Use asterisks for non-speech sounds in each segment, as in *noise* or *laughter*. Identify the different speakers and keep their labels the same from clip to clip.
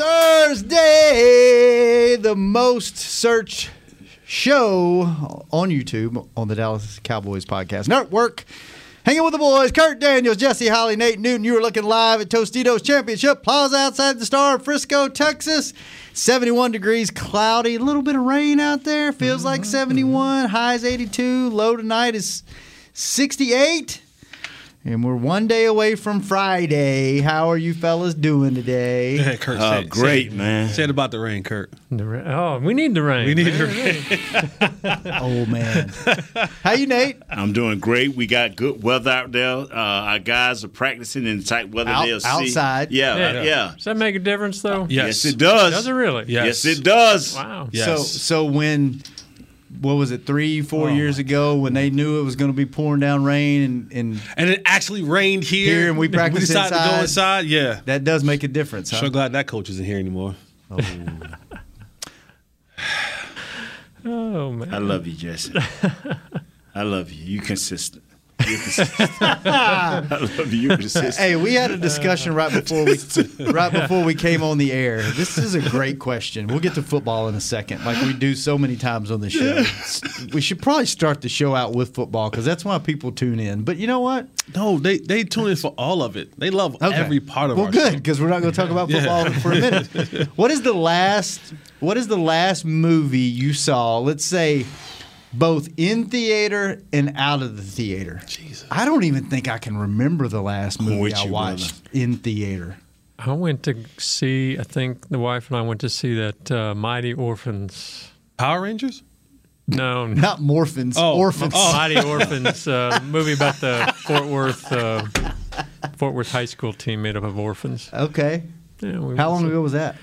Speaker 1: Thursday, the most search show on YouTube on the Dallas Cowboys Podcast Network. Hanging with the boys, Kurt Daniels, Jesse Holly, Nate Newton. You were looking live at Tostitos Championship Plaza outside the Star in Frisco, Texas. 71 degrees, cloudy, a little bit of rain out there. Feels like 71. Highs 82. Low tonight is 68. And we're one day away from Friday. How are you fellas doing
Speaker 2: *laughs*
Speaker 1: today?
Speaker 2: Kurt, say,
Speaker 3: Oh, great,
Speaker 2: say,
Speaker 3: man.
Speaker 2: Say it about the rain, Kurt.
Speaker 4: The ra- Oh, we need the rain.
Speaker 2: We need
Speaker 4: man.
Speaker 2: the rain.
Speaker 1: oh *laughs* man, how you Nate?
Speaker 3: I'm doing great. We got good weather out there. Uh, our guys are practicing in tight weather.
Speaker 1: Out-
Speaker 3: They'll see.
Speaker 1: outside.
Speaker 3: Yeah,
Speaker 4: Yeah.
Speaker 3: yeah.
Speaker 4: Does that make a difference though?
Speaker 2: Yes.
Speaker 3: Yes, it does.
Speaker 4: Does it really?
Speaker 2: Yeah.
Speaker 3: Yes, it does.
Speaker 4: Wow.
Speaker 2: Yeah.
Speaker 1: So
Speaker 2: Yes.
Speaker 1: so when what was it three four years ago when they knew it was going to be pouring down rain and, and
Speaker 2: And it actually rained here.
Speaker 1: Here, and we practiced
Speaker 2: decided to
Speaker 1: inside.
Speaker 2: go inside. Yeah.
Speaker 1: that does make a difference. Huh?
Speaker 2: So glad that coach isn't here anymore.
Speaker 4: Oh man.
Speaker 3: I love you, Jesse. I love you. You consistent. You're consistent.
Speaker 1: *laughs*
Speaker 3: I love you. You're consistent.
Speaker 1: Hey, we had a discussion right before we right before we came on the air. This is a great question. We'll get to football in a second, like we do so many times on the show. We should probably start the show out with football because that's why people tune in. But you know what?
Speaker 2: No, they they tune in for all of it. They love
Speaker 1: Okay.
Speaker 2: every part of
Speaker 1: well,
Speaker 2: our
Speaker 1: good
Speaker 2: show.
Speaker 1: because we're not going to talk about football for a
Speaker 2: *laughs*
Speaker 1: minute. What is the last? What is the last movie you saw? Let's say both in theater and out of the theater. Jesus. I don't even think I can remember the last movie
Speaker 3: with
Speaker 1: I
Speaker 3: you,
Speaker 1: watched in theater.
Speaker 4: I went to see. I think the wife and I went to see that uh, Mighty Orphans.
Speaker 2: Power Rangers?
Speaker 4: No,
Speaker 1: *laughs*
Speaker 4: no.
Speaker 1: Not Morphins,
Speaker 2: Oh,
Speaker 1: Orphans.
Speaker 4: Mighty Orphans uh, movie about the Fort Worth uh, Fort Worth High School team made up of orphans.
Speaker 1: Okay.
Speaker 4: Yeah, we
Speaker 1: How long ago was that?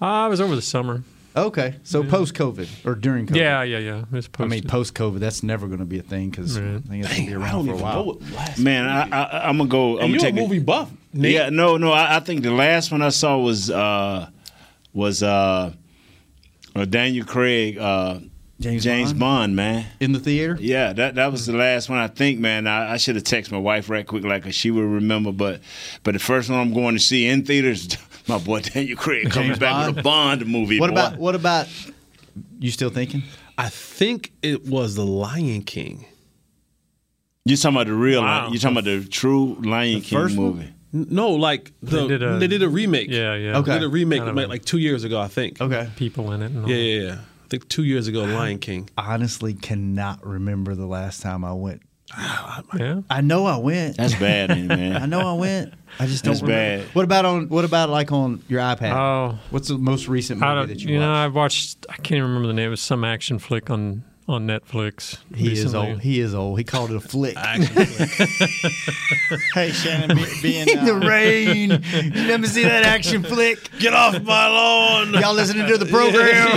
Speaker 4: I Uh, was over the summer.
Speaker 1: Okay, so post COVID or during COVID.
Speaker 4: Yeah, yeah, yeah. It was
Speaker 1: I mean,
Speaker 4: posted.
Speaker 1: post COVID, that's never going to be a thing because I think it's going to be around for a while.
Speaker 3: man, I, I, I'm gonna go. I'm
Speaker 2: And
Speaker 3: gonna
Speaker 2: you're a
Speaker 3: take
Speaker 2: movie buff. Nate.
Speaker 3: Yeah, no, no. I, I think the last one I saw was uh, was uh, uh, Daniel Craig, uh,
Speaker 1: James Bond?
Speaker 3: Bond, man.
Speaker 1: In the theater?
Speaker 3: Yeah, that that was the last one I think, man. I, I should have texted my wife right quick, like she would remember. But but the first one I'm going to see in theaters, *laughs* my boy Daniel Craig coming
Speaker 1: James
Speaker 3: back with a Bond movie.
Speaker 1: What
Speaker 3: boy.
Speaker 1: about, what about, you still thinking?
Speaker 2: I think it was The Lion King.
Speaker 3: you? Talking about the real?
Speaker 4: Wow.
Speaker 3: You talking about the true Lion King
Speaker 1: first one?
Speaker 3: movie?
Speaker 2: N- No, like the, they,
Speaker 4: did
Speaker 2: did
Speaker 4: a-
Speaker 2: a, remake.
Speaker 4: yeah, yeah.
Speaker 2: They
Speaker 1: Okay.
Speaker 2: did a remake
Speaker 4: Kind of
Speaker 2: like,
Speaker 4: a-
Speaker 2: like two years ago, I think.
Speaker 1: Okay.
Speaker 4: people in it. And all.
Speaker 2: Yeah, yeah, yeah. I think two years ago,
Speaker 4: Uh-huh.
Speaker 2: Lion King.
Speaker 1: Honestly, cannot remember the last time I went.
Speaker 4: yeah.
Speaker 1: I know I went.
Speaker 3: That's bad, ain't it, *laughs*
Speaker 1: I
Speaker 3: man.
Speaker 1: know I went. I just don't
Speaker 3: That's
Speaker 1: remember.
Speaker 3: bad.
Speaker 1: What about on? What about like on your iPad?
Speaker 4: Oh.
Speaker 1: what's the most recent movie
Speaker 4: I don't.
Speaker 1: that
Speaker 4: You,
Speaker 1: you,
Speaker 4: know, I
Speaker 1: watched?
Speaker 4: watched. I can't even remember the name. It was some action flick on on Netflix.
Speaker 1: He is
Speaker 4: recently.
Speaker 1: old. He is old. He called it a flick. *laughs*
Speaker 5: Hey Shannon, be, being
Speaker 1: the
Speaker 5: uh,
Speaker 1: rain. You let me see that action flick.
Speaker 2: Get off my lawn.
Speaker 1: Y'all listening to the program?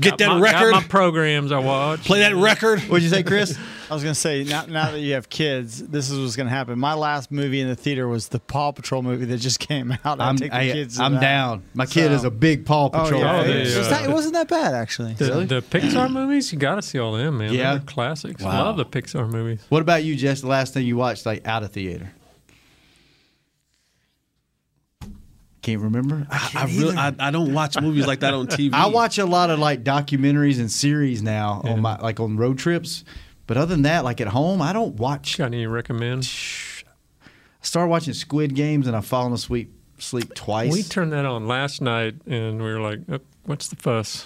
Speaker 2: Get that
Speaker 4: my,
Speaker 2: record.
Speaker 4: Got my programs I watch.
Speaker 2: Play that
Speaker 3: *laughs*
Speaker 2: record.
Speaker 1: What'd you say, Chris?
Speaker 5: I was gonna say, now, now that you have kids, this is what's gonna happen. My last movie in the theater was the Paw Patrol movie that just came out. I
Speaker 1: I'm,
Speaker 5: take the
Speaker 1: I,
Speaker 5: kids. to
Speaker 1: am
Speaker 5: that.
Speaker 1: down. My kid
Speaker 5: So-
Speaker 1: is a big Paw
Speaker 5: Oh
Speaker 1: Patrol.
Speaker 5: yeah,
Speaker 4: Oh,
Speaker 1: fan.
Speaker 4: they,
Speaker 5: It's just
Speaker 4: uh,
Speaker 5: not- it wasn't that bad actually.
Speaker 4: The, the Pixar movies, you got to see all them, man.
Speaker 1: Yeah.
Speaker 4: They're classics.
Speaker 1: Wow.
Speaker 4: Love the Pixar movies.
Speaker 1: What about you, Jess? The last thing you watched, like out of theater? Can't remember. I,
Speaker 2: I really, I, I don't watch movies like that on TV.
Speaker 1: I watch a lot of like documentaries and series now on my like on road trips, but other than that, like at home, I don't watch. I
Speaker 4: Got any you recommend?
Speaker 1: started watching Squid Games and I've fallen asleep sleep twice.
Speaker 4: We turned that on last night, and we were like, "Oh, "What's the fuss?"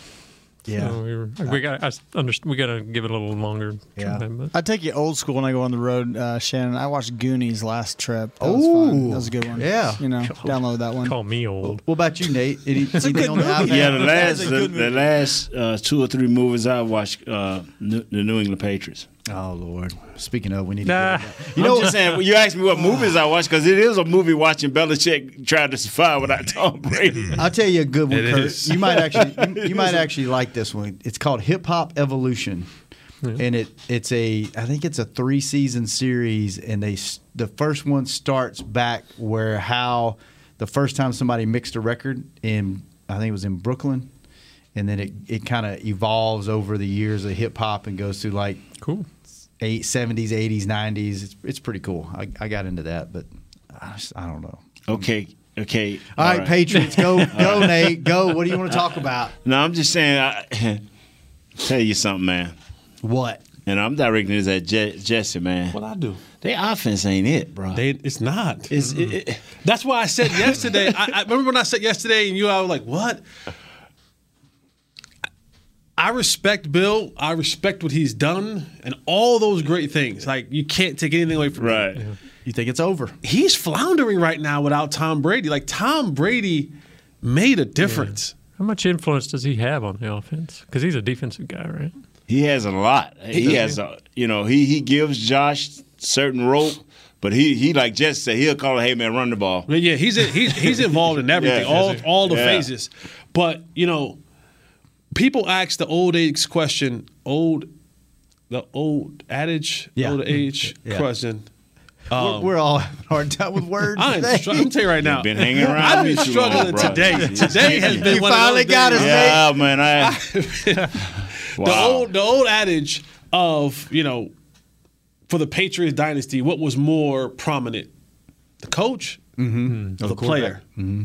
Speaker 1: yeah,
Speaker 5: Oh,
Speaker 4: So we were, we got. I s- underst- we got to give it a little longer.
Speaker 1: Yeah.
Speaker 4: time, but-
Speaker 5: I take you old school when I go on the road, uh, Shannon. I watched Goonies last trip. That was
Speaker 1: Ooh.
Speaker 5: fun. that was a good one.
Speaker 1: Yeah.
Speaker 5: you know, download that one.
Speaker 4: Call me old.
Speaker 1: What about you, Nate? Any, anything on the iPad?
Speaker 3: Yeah, the last
Speaker 5: a
Speaker 3: the,
Speaker 5: good
Speaker 3: *laughs* the last uh, two or three movies I watched, uh, New, the New England Patriots.
Speaker 1: Oh Lord. Speaking of, we need to.
Speaker 4: Nah.
Speaker 1: get into that.
Speaker 3: You know what I'm saying? You asked me what movies I watch because it is a movie watching Belichick try to survive without *laughs* Tom Brady.
Speaker 1: I'll tell you a good one,
Speaker 2: It
Speaker 1: Kurt.
Speaker 2: is.
Speaker 1: You might
Speaker 3: *laughs*
Speaker 1: actually you, you might actually like this one. It's called Hip Hop Evolution. And it it's a I think it's a three season series, and they s- the first one starts back where how the first time somebody mixed a record in I think it was in Brooklyn, and then it it kind of evolves over the years of hip hop and goes through like
Speaker 4: Cool.
Speaker 1: eight seventies, eighties, nineties. It's it's pretty cool. I, I got into that, but I, just, I don't know.
Speaker 3: Okay, okay.
Speaker 1: All right, Patriots, go, go, Nate, go. What do you want to talk about?
Speaker 3: No, I'm just saying. I, *laughs* tell you something, man.
Speaker 1: What?
Speaker 3: And I'm directing this at Je- Jesse, man.
Speaker 2: What I do?
Speaker 3: Their offense ain't it, bro.
Speaker 2: They, it's not.
Speaker 3: It's- it- it-
Speaker 2: That's why I said yesterday. I, I remember when I said yesterday, and you, I was like, "What?" I respect Bill. I respect what he's done and all those great things. Like you can't take anything away from him.
Speaker 3: right.
Speaker 1: You think it's over?
Speaker 2: He's floundering right now without Tom Brady. Like Tom Brady made a difference.
Speaker 4: How much influence does he have on the offense? Because he's a defensive guy, right?
Speaker 3: He has a lot. He, has a, you know, he he gives Josh certain rope, but he he like Jesse said, he'll call it, hey man, run the ball.
Speaker 2: But yeah, he's he's he's involved in everything,
Speaker 3: *laughs* Yeah.
Speaker 2: all all the
Speaker 3: Yeah.
Speaker 2: phases. But you know, people ask the old age question, old the old adage,
Speaker 1: Yeah. Mm-hmm.
Speaker 2: old age
Speaker 1: Yeah.
Speaker 2: question.
Speaker 1: we're, we're all having a hard time with words.
Speaker 2: I'm,
Speaker 1: today.
Speaker 2: str- I'm telling you right now,
Speaker 3: Been hanging around.
Speaker 2: I've been
Speaker 3: too
Speaker 2: struggling
Speaker 3: long, bro.
Speaker 2: today. Today has been
Speaker 1: You
Speaker 2: one of those
Speaker 1: finally got
Speaker 2: days.
Speaker 1: us, Nate.
Speaker 3: Yeah, man. I, wow.
Speaker 2: the old the old adage of you know for the Patriots dynasty, what was more prominent, the coach
Speaker 1: Mm-hmm.
Speaker 2: or the, player?
Speaker 3: Mm-hmm.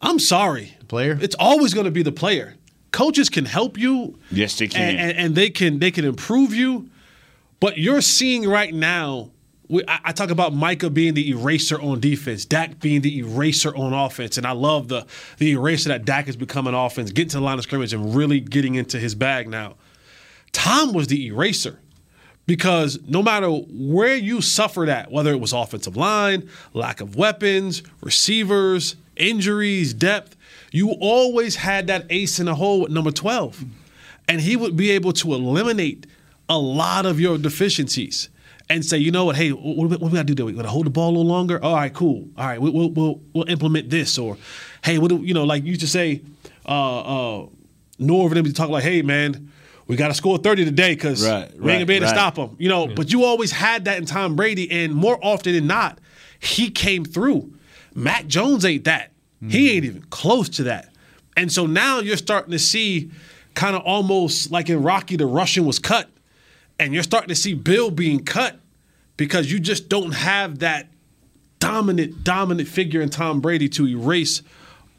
Speaker 2: I'm sorry,
Speaker 1: Player?
Speaker 2: It's always going to be the player. Coaches can help you,
Speaker 3: Yes, they can.
Speaker 2: and, and, and they can they can improve you. But you're seeing right now. We, I, I talk about Micah being the eraser on defense, Dak being the eraser on offense, and I love the the eraser that Dak has become on offense, getting to the line of scrimmage and really getting into his bag now. Tom was the eraser because no matter where you suffered at, whether it was offensive line, lack of weapons, receivers, injuries, depth, you always had that ace in the hole with number 12. And he would be able to eliminate a lot of your deficiencies and say, you know what, hey, what, what we got to do? today? We got to hold the ball a little longer? All right, cool. All right, we, we'll, we'll, we'll implement this. Or, hey, what do, you know, like you used to say, uh, uh, Norv and them would talk like, hey, man, we got to score 30 today because
Speaker 3: Right,
Speaker 2: we ain't gonna be able to
Speaker 3: right, right.
Speaker 2: stop him. You know, but you always had that in Tom Brady, and more often than not, he came through. Mac Jones ain't that. He ain't even close to that. And so now you're starting to see kind of almost like in Rocky, the Russian was cut, and you're starting to see Bill being cut because you just don't have that dominant, dominant figure in Tom Brady to erase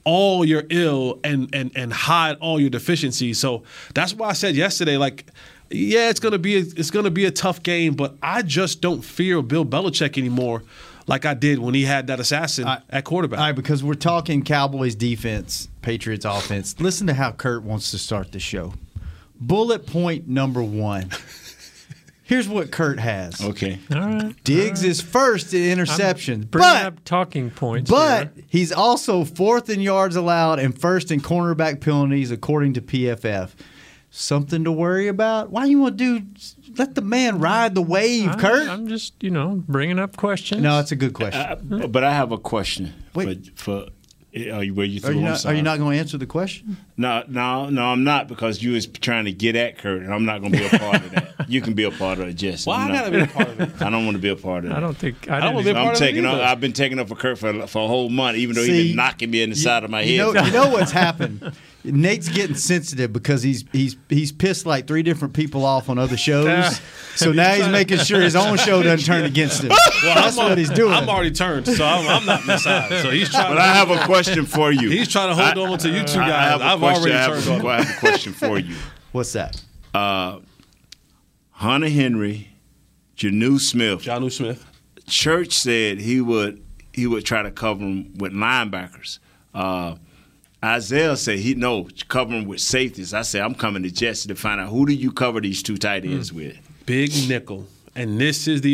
Speaker 2: all your ill and and and hide all your deficiencies. So that's why I said yesterday, like, yeah, it's gonna be a, it's gonna be a tough game, but I just don't fear Bill Belichick anymore, like I did when he had that assassin at quarterback.
Speaker 1: All right, because we're talking Cowboys defense, Patriots offense. Listen to how Kurt wants to start the show. Bullet point number one. Here's what Kurt has.
Speaker 3: Okay.
Speaker 4: All right.
Speaker 1: Diggs is first in
Speaker 4: I'm
Speaker 1: interceptions,
Speaker 4: bringing
Speaker 1: but
Speaker 4: up talking points.
Speaker 1: But
Speaker 4: here.
Speaker 1: he's also fourth in yards allowed and first in cornerback penalties, according to PFF. Something to worry about? Why you want to do? Let the man ride the wave,
Speaker 4: I'm,
Speaker 1: Kurt.
Speaker 4: I'm just you know bringing up questions.
Speaker 1: no, it's a good question.
Speaker 3: I, but I have a question.
Speaker 1: Wait.
Speaker 3: For, for are you were you
Speaker 1: are
Speaker 3: through?
Speaker 1: you
Speaker 3: I'm
Speaker 1: not? Are
Speaker 3: sorry.
Speaker 1: you not going to answer the question?
Speaker 3: No, no, no. I'm not because you was trying to get at Kurt, and I'm not going to be a part of that. You can be a part of it, Jesse.
Speaker 2: Why
Speaker 3: I'm
Speaker 2: I
Speaker 3: not-
Speaker 2: gotta be a part of it?
Speaker 3: I don't want to be a part of it.
Speaker 4: I don't think I, didn't
Speaker 2: don't wanna be a
Speaker 4: even-
Speaker 2: part
Speaker 3: I'm
Speaker 2: of it
Speaker 3: taking up.
Speaker 2: either.
Speaker 3: I've been taking up for Kurt for, for a whole month, even though he's
Speaker 1: See,
Speaker 3: been knocking me in the side of my
Speaker 1: You
Speaker 3: head.
Speaker 1: know, you
Speaker 3: *laughs*
Speaker 1: know what's happened. Nate's getting sensitive because he's he's he's pissed like three different people off on other shows. So now he's making sure his own show doesn't turn against
Speaker 2: *laughs*
Speaker 1: him. That's
Speaker 2: I'm,
Speaker 1: what he's doing.
Speaker 2: I'm already turned, so I'm, I'm not
Speaker 3: *laughs*
Speaker 2: inside. So he's trying.
Speaker 3: but I have a question for you.
Speaker 2: he's trying to hold on to you two
Speaker 3: I- I
Speaker 2: guys.
Speaker 3: have a
Speaker 2: I've
Speaker 3: question.
Speaker 2: already
Speaker 3: I
Speaker 2: turned on.
Speaker 3: have, a, I have a question for you.
Speaker 1: What's that?
Speaker 3: Hunter Henry, Janu Smith.
Speaker 2: John Smith.
Speaker 3: Church said he would he would try to cover him with linebackers. Uh, Isaiah said he no cover him with
Speaker 2: Hmm.
Speaker 3: safeties. I said I'm coming to Jesse to find out who do you cover these two tight ends with.
Speaker 2: Big nickel And this is the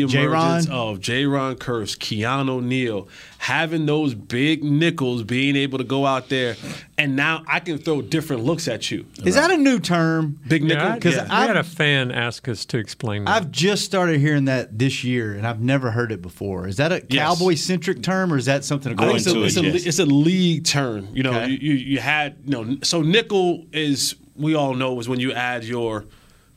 Speaker 1: J-Ron?
Speaker 2: emergence of J. Ron Curse, Keanu Neal, having those big nickels, being able to go out there, and now I can throw different looks at you.
Speaker 1: Is that a new term?
Speaker 2: Big nickel,
Speaker 4: Yeah,
Speaker 2: because
Speaker 4: because I had a fan ask us to explain that.
Speaker 1: I've just started hearing that this year, and I've never heard it before. Is that a
Speaker 2: Yes.
Speaker 1: cowboy centric term, or is that something?
Speaker 2: I
Speaker 1: Going
Speaker 2: think it's
Speaker 1: to
Speaker 2: a,
Speaker 3: it,
Speaker 2: it's, a,
Speaker 3: yes.
Speaker 2: it's a league term. You know,
Speaker 1: Okay.
Speaker 2: you, you you had you know, so nickel is we all know is when you add your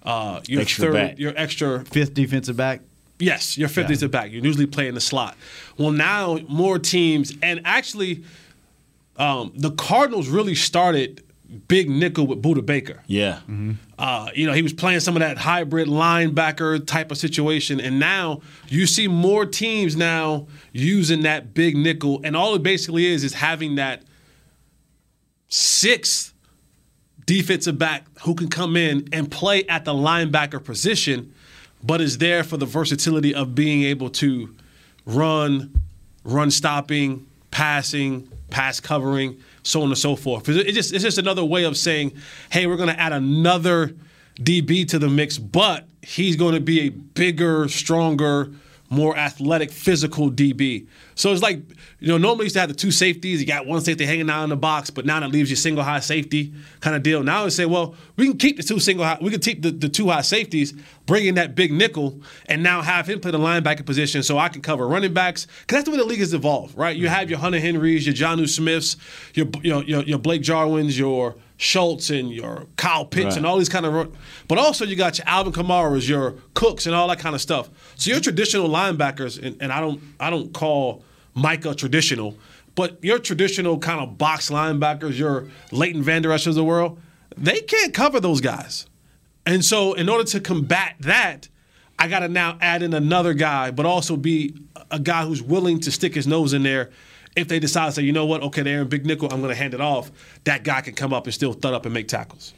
Speaker 2: uh your
Speaker 3: Extra
Speaker 2: third
Speaker 3: back.
Speaker 2: your extra
Speaker 1: fifth defensive back?
Speaker 2: yes your fifties are back. You usually play in the slot. Well, now more teams and actually, um, the Cardinals really started big nickel with Buda Baker.
Speaker 3: Yeah.
Speaker 2: Uh, you know, he was playing some of that hybrid linebacker type of situation, and now you see more teams now using that big nickel, and all it basically is is having that sixth defensive back who can come in and play at the linebacker position, but is there for the versatility of being able to run, run stopping, passing, pass covering, so on and so forth. It's just, it's just another way of saying, hey, we're going to add another DB to the mix, but he's going to be a bigger, stronger, more athletic, physical DB. So it's like, you know, normally you used to have the two safeties. You got one safety hanging out in the box, but now that leaves you single high safety kind of deal. Now it's say, well, we can keep the two single high, we can keep the, the two high safeties, bring in that big nickel, and now have him play the linebacker position so I can cover running backs. Because that's the way the league has evolved, right? You have your Hunter Henrys, your Johnu Smiths, your, your, your, your Blake Jarwins, your Schultz and your Kyle Pitts and all these kind of, run- but also you got your Alvin Kamara's, your Cooks and all that kind of stuff. So your traditional linebackers, and, and I don't I don't call Micah traditional, but your traditional kind of box linebackers, your Leighton Van Der Esch of the world, they can't cover those guys. And so, in order to combat that, I got to now add in another guy, but also be a guy who's willing to stick his nose in there. If they decide to say, you know what, okay, they're in big nickel, I'm going to hand it off. That guy can come up and still thud up and make tackles.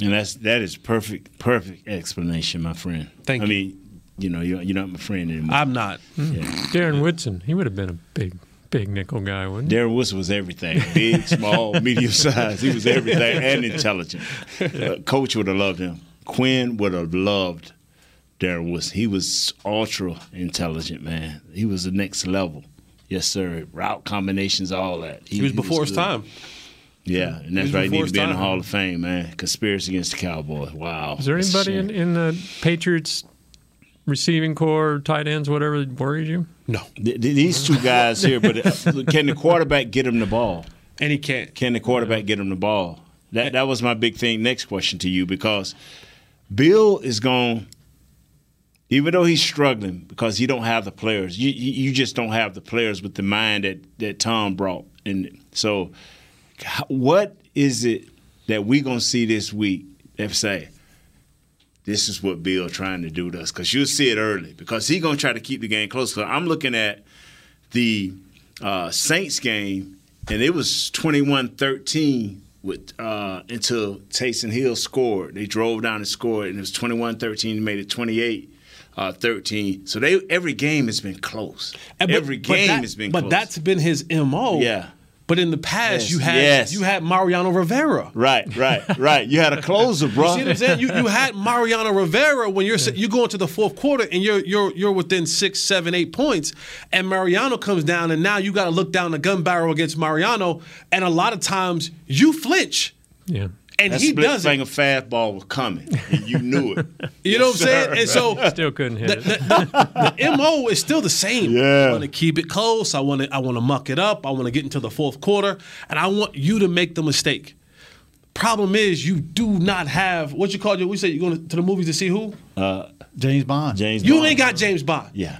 Speaker 3: And that's that is perfect, perfect explanation, my friend.
Speaker 2: Thank
Speaker 3: I
Speaker 2: you.
Speaker 3: mean, you know, you're, you're not my friend anymore.
Speaker 2: I'm not.
Speaker 4: Darren Woodson, he would have been a big, big nickel guy, wouldn't he?
Speaker 3: Darren Wilson was everything big, small, medium sized. He was everything and intelligent. Uh, Coach would have loved him. Quinn would have loved Darren Wilson. He was ultra intelligent, man. He was the next level. Yes, sir. Route combinations, all that.
Speaker 2: He was before his
Speaker 3: good.
Speaker 2: time.
Speaker 3: Yeah, and that's
Speaker 2: was
Speaker 3: right. He
Speaker 2: before his
Speaker 3: needs to be in the
Speaker 2: time.
Speaker 3: Hall of Fame, man. Conspiracy against the Cowboys. Wow.
Speaker 4: Is there anybody in, in the Patriots receiving core, tight ends, whatever, that worries you?
Speaker 2: No.
Speaker 3: Th- th- These two guys here, but uh, can the quarterback get him the ball?
Speaker 2: And he can't.
Speaker 3: Can the quarterback get him the ball? That that was my big thing. Next question to you because Bill is gone. Even though he's struggling because he don't have the players, you you you just don't have the players with the mind that that Tom brought. And so, how- what is it that we gonna see this week that say? This is what Bill trying to do to us because you'll see it early because he gonna try to keep the game close. So I'm looking at the uh, Saints game, and it was 21 13 with uh, until Taysom Hill scored. They drove down and scored, and it was 21 13, made it 28 uh, 13. So they every game has been close.
Speaker 2: And but-
Speaker 3: every
Speaker 2: but
Speaker 3: game
Speaker 2: that-
Speaker 3: has been
Speaker 2: But
Speaker 3: close.
Speaker 2: that's been his MO.
Speaker 3: Yeah.
Speaker 2: But in the past,
Speaker 3: Yes,
Speaker 2: you had
Speaker 3: yes.
Speaker 2: you had Mariano Rivera.
Speaker 3: right, right, right. You had a closer,
Speaker 2: You
Speaker 3: bro.
Speaker 2: see what I'm saying? You, you had Mariano Rivera when you're you go into the fourth quarter and you're you're you're within six, seven, eight points, and Mariano comes down, and now you got to look down the gun barrel against Mariano, and a lot of times you flinch,
Speaker 4: Yeah.
Speaker 2: and
Speaker 3: that
Speaker 2: he
Speaker 3: split
Speaker 2: doesn't.
Speaker 3: finger fastball was coming, and you
Speaker 2: *laughs*
Speaker 3: knew it.
Speaker 2: You know what I'm saying? And
Speaker 3: *laughs*
Speaker 2: so
Speaker 4: Still couldn't hit it.
Speaker 2: the mo is still the same.
Speaker 3: Yeah.
Speaker 2: I want to keep it close. I want to I want to muck it up. I want to get into the fourth quarter, and I want you to make the mistake. Problem is, you do not have what you call your. We say you're going to the movies to see who?
Speaker 1: James Bond.
Speaker 3: James,
Speaker 2: You
Speaker 3: Bond.
Speaker 2: ain't got James Bond.
Speaker 3: yeah,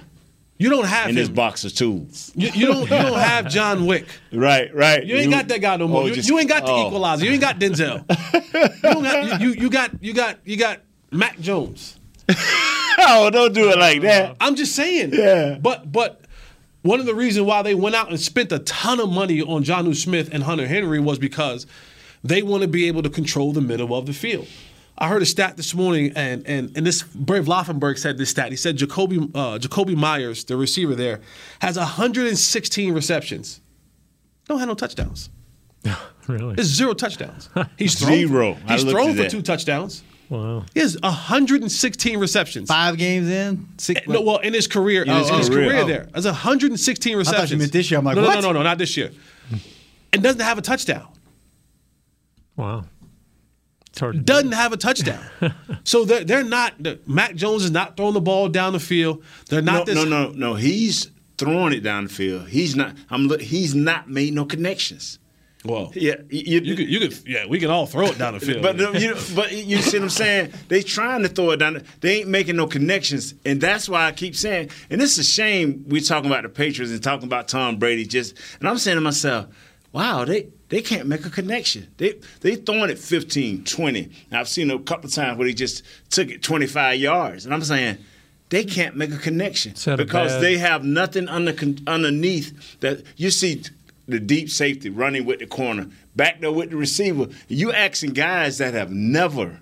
Speaker 2: You don't have
Speaker 3: and
Speaker 2: him.
Speaker 3: his boxer too.
Speaker 2: You, you don't you don't have John Wick.
Speaker 3: Right, right.
Speaker 2: You ain't got that guy no more.
Speaker 3: Oh,
Speaker 2: you,
Speaker 3: just-
Speaker 2: you ain't got the
Speaker 3: oh. *laughs*
Speaker 2: equalizer. You ain't got Denzel. you, don't have, you, you you got you got you got Mac Jones.
Speaker 3: Oh, don't do it
Speaker 2: Uh,
Speaker 3: like that.
Speaker 2: I'm just saying. Yeah. But but one of the reasons why they went out and spent a ton of money on Johnu Smith and Hunter Henry was because they want to be able to control the middle of the field. I heard a stat this morning, and and and this Brave Laufenberg said this stat. He said Jacoby uh, Jacoby Myers, the receiver there, has 116 receptions. Don't have no touchdowns.
Speaker 4: Really?
Speaker 3: *laughs*
Speaker 2: It's zero touchdowns. He's thrown,
Speaker 3: Zero. I
Speaker 2: He's
Speaker 3: looked
Speaker 2: thrown
Speaker 3: at
Speaker 2: for
Speaker 3: that.
Speaker 2: two touchdowns.
Speaker 4: Wow.
Speaker 2: He has 116 receptions.
Speaker 1: Five games in,
Speaker 3: Eh,
Speaker 1: six.
Speaker 2: Eh, No, well, in his career, uh,
Speaker 3: his
Speaker 2: in his
Speaker 3: career.
Speaker 2: career, there, that's 116
Speaker 1: you
Speaker 2: receptions.
Speaker 1: meant this year. I'm like,
Speaker 2: no,
Speaker 1: what?
Speaker 2: no, no, no, no, not this year. And doesn't have a touchdown.
Speaker 4: Wow. It's hard to do.
Speaker 2: Doesn't have
Speaker 1: *laughs*
Speaker 2: a touchdown. so they're, they're not. the- Mac Jones is not throwing the ball down the field. They're
Speaker 3: No,
Speaker 2: not this.
Speaker 3: no, no, no. He's throwing it down the field. He's not. I'm. look- He's not made no connections.
Speaker 2: Well,
Speaker 3: Yeah, you,
Speaker 2: you could, you could, yeah, we can all throw it down the field.
Speaker 3: *laughs* But the- you, but you see what I'm saying? They trying to throw it down. They ain't making no connections, and that's why I keep saying. And it's a shame we're talking about the Patriots and talking about Tom Brady. Just and I'm saying to myself, wow, they they can't make a connection. They they throwing it 15, 20. And I've seen a couple of times where they just took it 25 yards, and I'm saying. They can't make a connection
Speaker 4: Set a
Speaker 3: because
Speaker 4: bad-
Speaker 3: they have nothing under underneath that you see the deep safety running with the corner, back there with the receiver. You asking guys that have never,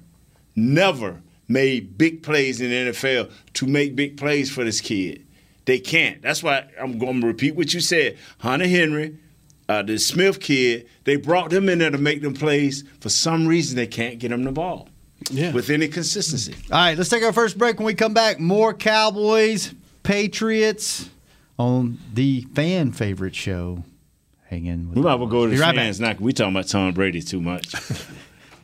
Speaker 3: never made big plays in the NFL to make big plays for this kid. They can't. That's why I'm going to repeat what you said. Hunter Henry, uh, the Smith kid, they brought them in there to make them plays. For some reason, they can't get them the ball
Speaker 2: Yeah.
Speaker 3: with any consistency.
Speaker 1: All right, let's take our first break. When we come back, more Cowboys, Patriots on the fan favorite show. Hang in. With
Speaker 3: We might well go to
Speaker 1: Be
Speaker 3: the
Speaker 1: right
Speaker 3: fans.
Speaker 1: back.
Speaker 3: Not, we talking about Tom Brady too much.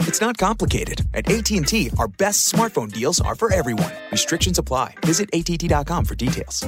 Speaker 6: It's not complicated. At AT&T, our best smartphone deals are for everyone. Restrictions apply. Visit att.com for details.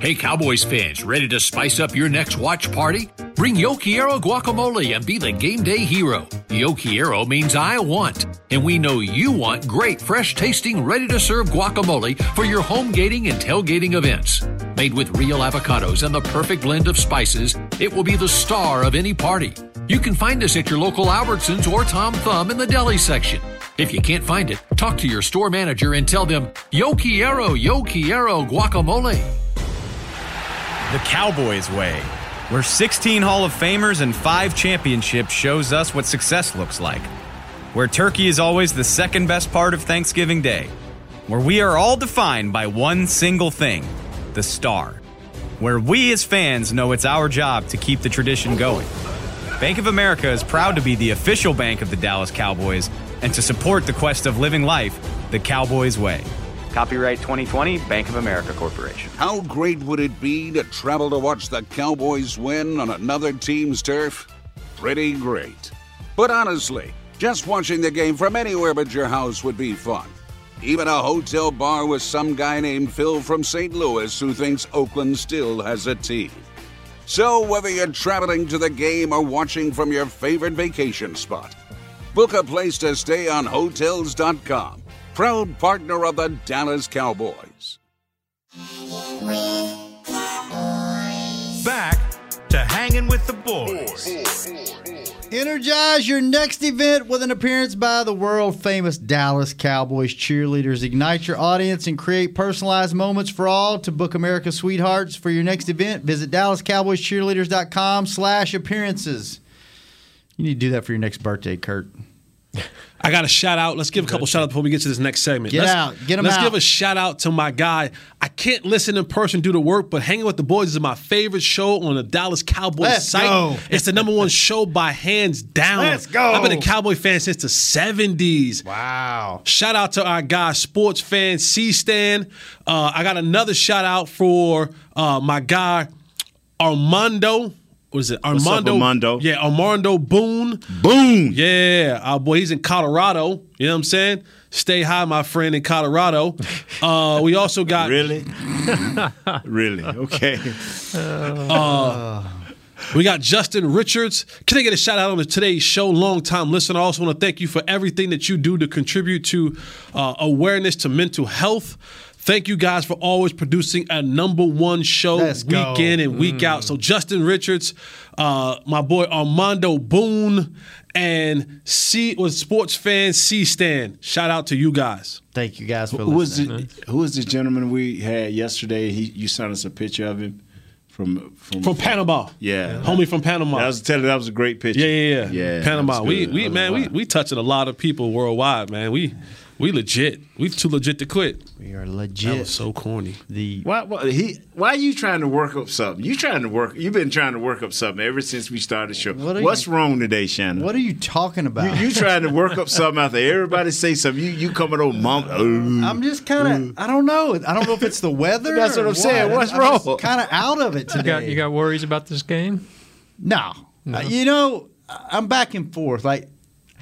Speaker 7: Hey, Cowboys fans, ready to spice up your next watch party? Bring Yokiero guacamole and be the game day hero. Yokiero means I want, and we know you want great, fresh tasting, ready to serve guacamole for your home gating and tailgating events. Made with real avocados and the perfect blend of spices, it will be the star of any party. You can find us at your local Albertsons or Tom Thumb in the deli section. If you can't find it, talk to your store manager and tell them, Yo Quiero, Yo Quiero guacamole.
Speaker 8: The Cowboys Way, where 16 Hall of Famers and 5 championships shows us what success looks like. Where turkey is always the second best part of Thanksgiving Day. Where we are all defined by one single thing the star. Where we as fans know it's our job to keep the tradition going. Bank of America is proud to be the official bank of the Dallas Cowboys and to support the quest of living life the Cowboys Way. Copyright 2020, Bank of America Corporation.
Speaker 6: How great would it be to travel to watch the Cowboys win on another team's turf? Pretty great. But honestly, just watching the game from anywhere but your house would be fun. Even a hotel bar with some guy named Phil from St. Louis who thinks Oakland still has a team. So, whether you're traveling to the game or watching from your favorite vacation spot, book a place to stay on Hotels.com, proud partner of the Dallas Cowboys.
Speaker 9: Back to hanging with the boys.
Speaker 1: Energize your next event with an appearance by the world famous Dallas Cowboys cheerleaders. Ignite your audience and create personalized moments for all. To book America's Sweethearts for your next event, visit DallasCowboysCheerleaders.com slash appearances. You need to do that for your next birthday, Kurt.
Speaker 2: I got a shout out. Let's give a couple shout outs before we get to this next segment.
Speaker 1: Get
Speaker 2: let's,
Speaker 1: out. Get 'em
Speaker 2: Let's
Speaker 1: out.
Speaker 2: give a shout out to my guy. I can't listen in person due to work, but hanging with the boys is my favorite show on the Dallas Cowboys
Speaker 1: Let's
Speaker 2: site.
Speaker 1: go.
Speaker 2: It's
Speaker 1: *laughs*
Speaker 2: the number one show by hands down.
Speaker 1: Let's go.
Speaker 2: I've been a Cowboy fan since the '70s.
Speaker 1: Wow.
Speaker 2: Shout out to our guy, sports fan C Stan. Uh, I got another shout out for uh, my guy Armando. What is it?
Speaker 3: up,
Speaker 2: Armando.
Speaker 3: Armando?
Speaker 2: Yeah, Armando Boone.
Speaker 3: Boom.
Speaker 2: Yeah, our boy, he's in Colorado. You know what I'm saying? Stay high, my friend, in Colorado. Uh, we also
Speaker 4: *laughs*
Speaker 2: got
Speaker 3: Really? really? Okay.
Speaker 2: we got Justin Richards. Can I get a shout out on the today's show? Long time listener. I also want to thank you for everything that you do to contribute to uh, awareness to mental health. Thank you guys for always producing a number one show
Speaker 1: Let's
Speaker 2: week
Speaker 1: go. Mm.
Speaker 2: in and week out. So Justin Richards, uh, my boy Armando Boone, and C was sports fan C Stan. Shout out to you guys.
Speaker 1: Thank you guys for
Speaker 3: Who was
Speaker 1: listening.
Speaker 3: the Who was the gentleman we had yesterday? He you sent us a picture of him from from,
Speaker 2: From Panama.
Speaker 3: Yeah,
Speaker 2: Homie from Panama.
Speaker 3: I was telling you, that was a great picture.
Speaker 2: Yeah, yeah, yeah.
Speaker 3: yeah
Speaker 2: Panama.
Speaker 3: that's
Speaker 2: We
Speaker 3: good.
Speaker 2: we man, we we touching a lot of people worldwide, man. We we legit. We too legit to quit.
Speaker 1: We are legit.
Speaker 2: That was so corny.
Speaker 1: The
Speaker 3: Why, why he? Why are you trying to work up something? You trying to work? You've been trying to work up something ever since we started the show.
Speaker 1: What are
Speaker 3: What's
Speaker 1: you-
Speaker 3: wrong today, Shannon?
Speaker 1: What are you talking about?
Speaker 3: you trying to
Speaker 4: *laughs*
Speaker 3: work up something after everybody say something? You you coming on mom?
Speaker 1: I'm just kind of. I don't know. I don't know if it's the weather.
Speaker 3: Mm. *laughs* That's what
Speaker 1: or
Speaker 3: I'm saying. What's wrong?
Speaker 1: Kind of out of it
Speaker 4: You
Speaker 1: today.
Speaker 4: got, you got worries about this game?
Speaker 1: No. Uh, you know, I- I'm back and forth. Like,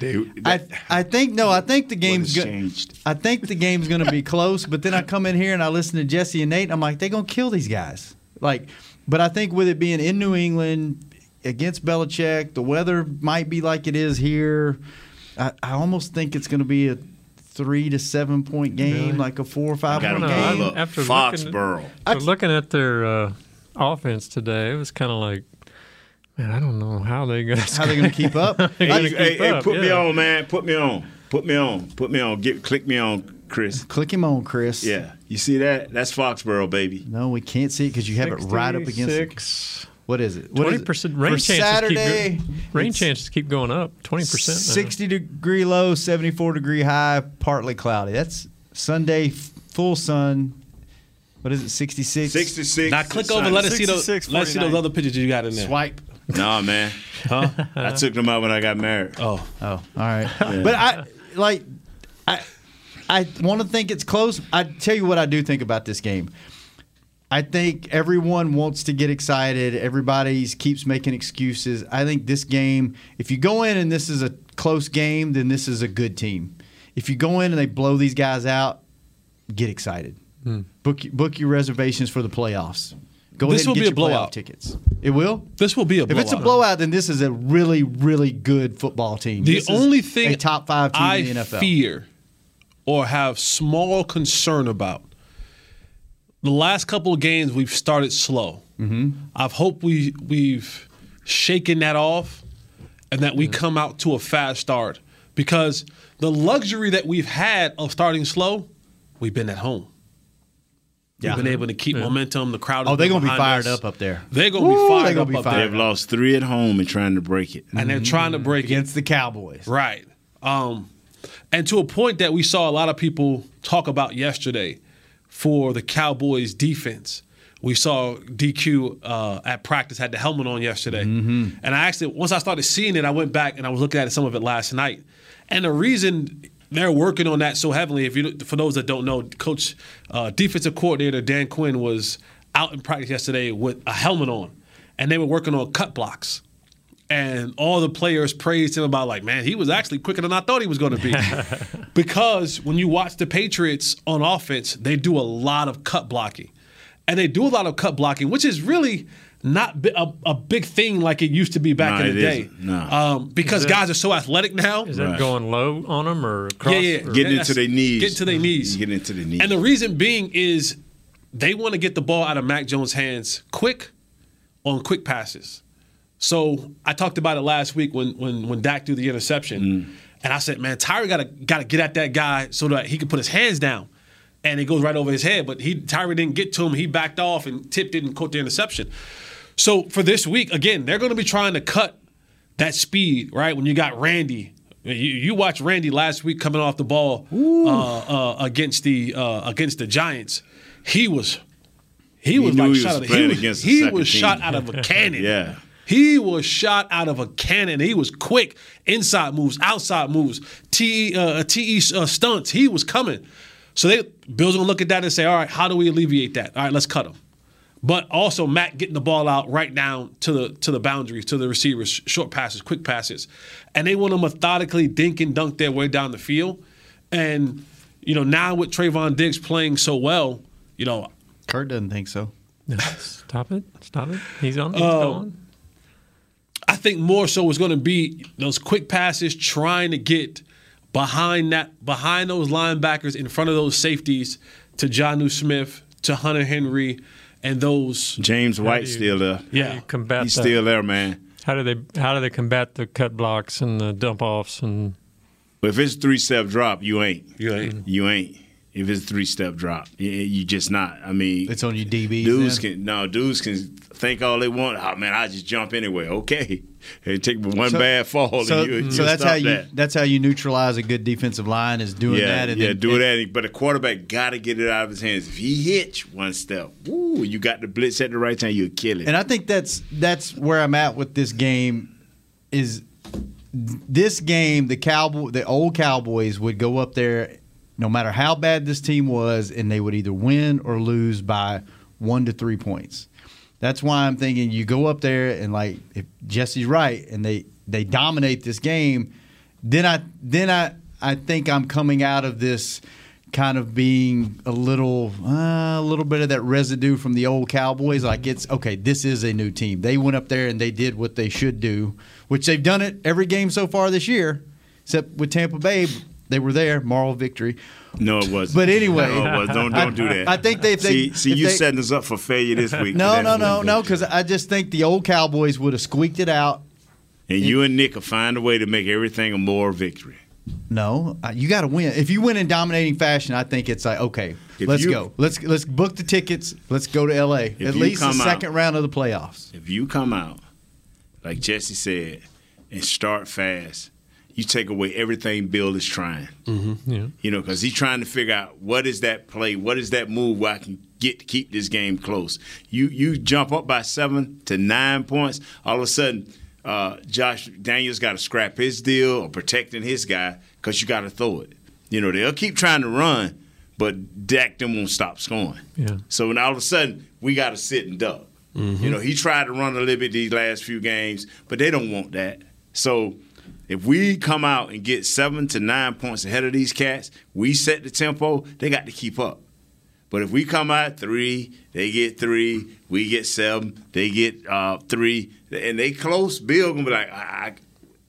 Speaker 1: I, I think no, I think the game's
Speaker 3: has
Speaker 1: go-
Speaker 3: changed?
Speaker 1: I think the game's going to be close. But then I come in here and I listen to Jesse and Nate. And I'm like, they're going to kill these guys. Like, but I think with it being in New England against Belichick, the weather might be like it is here. I, I almost think it's going to be a three to seven point game, like a four or five
Speaker 3: Got
Speaker 1: point
Speaker 3: him
Speaker 1: game.
Speaker 3: all up.
Speaker 4: After looking-
Speaker 3: Foxborough.
Speaker 4: But looking at their uh, offense today, it was kind of like, man, I don't know how they going
Speaker 1: How they going to keep up?
Speaker 4: They
Speaker 3: Hey,
Speaker 4: gotta
Speaker 3: hey,
Speaker 4: keep
Speaker 3: hey,
Speaker 4: up,
Speaker 3: put me
Speaker 4: yeah.
Speaker 3: on, man. Put me on. Put me on. Put me on. Get click me on, Chris.
Speaker 1: Click him on, Chris.
Speaker 3: Yeah, you see that? That's Foxborough, baby.
Speaker 1: No, we can't see it because you have it right up against. it.
Speaker 4: six.
Speaker 1: What is it? What is
Speaker 4: Twenty
Speaker 1: it?
Speaker 4: percent
Speaker 1: For
Speaker 4: rain chances
Speaker 1: Saturday.
Speaker 4: keep go- rain chances keep going up. Twenty percent.
Speaker 1: 60 degree low, 74 degree high, partly cloudy. That's Sunday, f- full sun. What is it, 66?
Speaker 3: Sixty six.
Speaker 2: Now click over. Let us see those. Let us see those
Speaker 1: 49.
Speaker 2: other pictures you got in there.
Speaker 1: Swipe.
Speaker 3: Nah, man.
Speaker 2: Huh?
Speaker 3: I took them out when I got married.
Speaker 2: Oh,
Speaker 1: Oh, all
Speaker 2: *laughs*
Speaker 1: right. But I, like, I, I want to think it's close. I tell you what I do think about this game. I think everyone wants to get excited. Everybody's keeps making excuses. I think this game, if you go in and this is a close game, then this is a good team. If you go in and they blow these guys out, get excited. Book book your reservations for the playoffs. Go
Speaker 2: Hmm. This
Speaker 1: ahead and get
Speaker 2: will be a
Speaker 1: your playoff
Speaker 2: blowout.
Speaker 1: tickets. It will.
Speaker 2: this will be a
Speaker 1: If
Speaker 2: blowout.
Speaker 1: it's a blowout, then this is a really, really good football team.
Speaker 2: The
Speaker 1: This is
Speaker 2: only thing
Speaker 1: a top five team
Speaker 2: I
Speaker 1: in the NFL.
Speaker 2: fear or have small concern about the last couple of games we've started slow.
Speaker 1: Mm-hmm.
Speaker 2: I've hoped we we've shaken that off and that we come out to a fast start because the luxury that we've had of starting slow, we've been at home.
Speaker 1: Yeah.
Speaker 2: We've been able to keep momentum. The crowd.
Speaker 1: Oh,
Speaker 2: has
Speaker 1: they're
Speaker 2: been
Speaker 1: gonna be
Speaker 2: behind
Speaker 1: fired
Speaker 2: us.
Speaker 1: up up there.
Speaker 2: They're gonna be
Speaker 1: Ooh,
Speaker 2: fired
Speaker 1: they're gonna
Speaker 2: up
Speaker 1: be
Speaker 2: up
Speaker 1: fired Mm-hmm.
Speaker 2: there,
Speaker 3: They've lost three at home and trying to break it.
Speaker 2: and they're trying to break it.
Speaker 1: against the Cowboys.
Speaker 2: Right. Um, and to a point that we saw a lot of people talk about yesterday for the Cowboys defense. We saw DQ uh, at practice had the helmet on yesterday, and I actually once I started seeing it, I went back and I was looking at some of it last night. And the reason they're working on that so heavily, if you for those that don't know, Coach uh, defensive coordinator Dan Quinn was out in practice yesterday with a helmet on, and they were working on cut blocks and all the players praised him about like, man, he was actually quicker than I thought he was going to be. because when you watch the Patriots on offense, they do a lot of cut blocking, and they do a lot of cut blocking, which is really not bi- a, a big thing like it used to be back
Speaker 3: No,
Speaker 2: in the
Speaker 3: it
Speaker 2: day.
Speaker 3: isn't. No.
Speaker 2: Um, because guys are so athletic now.
Speaker 4: Is that
Speaker 3: Right.
Speaker 4: going low on them or across?
Speaker 2: Yeah, yeah.
Speaker 4: or-
Speaker 3: Getting
Speaker 2: Yeah,
Speaker 3: into
Speaker 2: that's-
Speaker 3: their knees. Mm-hmm.
Speaker 2: getting to their knees.
Speaker 3: Getting into their knees.
Speaker 2: And the reason being is they want to get the ball out of Mac Jones' hands quick on quick passes. So I talked about it last week when when when Dak threw the interception,
Speaker 3: Mm.
Speaker 2: and I said, man, Tyree got to got to get at that guy so that he could put his hands down, and it goes right over his head. But he Tyree didn't get to him. He backed off and tipped it and caught the interception. So for this week, again, they're going to be trying to cut that speed, right? When you got Randy, you, you watched Randy last week coming off the ball uh, uh, against the uh, against the Giants. He was he was
Speaker 3: knew
Speaker 2: like
Speaker 3: he
Speaker 2: shot
Speaker 3: was
Speaker 2: out of, he
Speaker 3: playing
Speaker 2: was,
Speaker 3: against the
Speaker 2: he
Speaker 3: second
Speaker 2: was
Speaker 3: team.
Speaker 2: shot out of a cannon.
Speaker 3: Yeah.
Speaker 2: He was shot out of a cannon. He was quick, inside moves, outside moves, TE uh, TE uh, stunts. He was coming. So they Bills gonna look at that and say, all right, how do we alleviate that? All right, let's cut him. But also Matt getting the ball out right down to the to the boundaries, to the receivers, sh- short passes, quick passes, and they want to methodically dink and dunk their way down the field. And you know now with Trayvon Diggs playing so well, you know
Speaker 1: Kurt doesn't think so.
Speaker 4: Stop it! Stop it! He's on. He's
Speaker 2: Oh,
Speaker 4: gone.
Speaker 2: I think more so is going to be those quick passes, trying to get behind that, behind those linebackers, in front of those safeties, to Johnu Smith, to Hunter Henry, and those.
Speaker 3: James White's still there.
Speaker 2: Yeah,
Speaker 4: You combat
Speaker 3: He's
Speaker 4: that.
Speaker 3: still there, man.
Speaker 4: How do they? How do they combat the cut blocks and the dump offs and?
Speaker 3: But if it's three step drop, you ain't.
Speaker 2: You ain't.
Speaker 3: You ain't. if it's a three step drop. Y- You just not. I mean,
Speaker 1: It's on your DBs.
Speaker 3: dudes
Speaker 1: then?
Speaker 3: can no dudes can think all they want. Oh man, I just jump anyway. Okay, hey, take one
Speaker 1: So-
Speaker 3: bad fall.
Speaker 1: So,
Speaker 3: and you, you
Speaker 1: so that's
Speaker 3: stop
Speaker 1: how you
Speaker 3: that.
Speaker 1: that's how you neutralize a good defensive line is doing
Speaker 3: yeah,
Speaker 1: that. And
Speaker 3: yeah,
Speaker 1: then-
Speaker 3: do that. But a quarterback got to get it out of his hands. If he hitch one step, woo, you got the blitz at the right time, you'll kill it.
Speaker 1: And I think that's that's where I'm at with this game. Is this game the cowboy the old Cowboys would go up there, no matter how bad this team was, and they would either win or lose by one to three points. That's why I'm thinking you go up there and like if Jesse's right and they they dominate this game, then I then I I think I'm coming out of this kind of being a little uh, a little bit of that residue from the old Cowboys. Like it's okay, this is a new team. They went up there and they did what they should do, which they've done it every game so far this year, except with Tampa Bay. They were there, moral victory.
Speaker 3: no, it wasn't.
Speaker 1: But anyway,
Speaker 3: no, it wasn't. don't
Speaker 1: I-
Speaker 3: don't do that.
Speaker 1: I think they- if they-
Speaker 3: see, see
Speaker 1: if
Speaker 3: you
Speaker 1: they-
Speaker 3: setting us up for failure this week.
Speaker 1: No,
Speaker 3: That's
Speaker 1: no,
Speaker 3: what
Speaker 1: no,
Speaker 3: I'm
Speaker 1: no, because I just think the old Cowboys would have squeaked it out.
Speaker 3: And you and Nick will find a way to make everything a moral victory.
Speaker 1: No, uh, you got to win. If you win in dominating fashion, I think it's like okay,
Speaker 3: If
Speaker 1: let's
Speaker 3: you-
Speaker 1: go. Let's let's book the tickets. Let's go to L.A.
Speaker 3: If
Speaker 1: At
Speaker 3: you
Speaker 1: least the
Speaker 3: come out-
Speaker 1: second round of the playoffs.
Speaker 3: If you come out, like Jesse said, and start fast, you take away everything Bill is trying.
Speaker 4: Mm-hmm. Yeah.
Speaker 3: You know, because he's trying to figure out what is that play, what is that move where I can get to keep this game close. You you jump up by seven to nine points, all of a sudden, uh, Josh Daniels got to scrap his deal or protecting his guy because you got to throw it. You know, they'll keep trying to run, but Dak them won't stop scoring.
Speaker 4: Yeah.
Speaker 3: So now all of a sudden, we got to sit and duck. You know, he tried to run a little bit these last few games, but they don't want that. So if we come out and get seven to nine points ahead of these cats, we set the tempo, they got to keep up. But if we come out three, they get three, we get seven, they get uh, three, and they close, Bill gonna be like, I, I,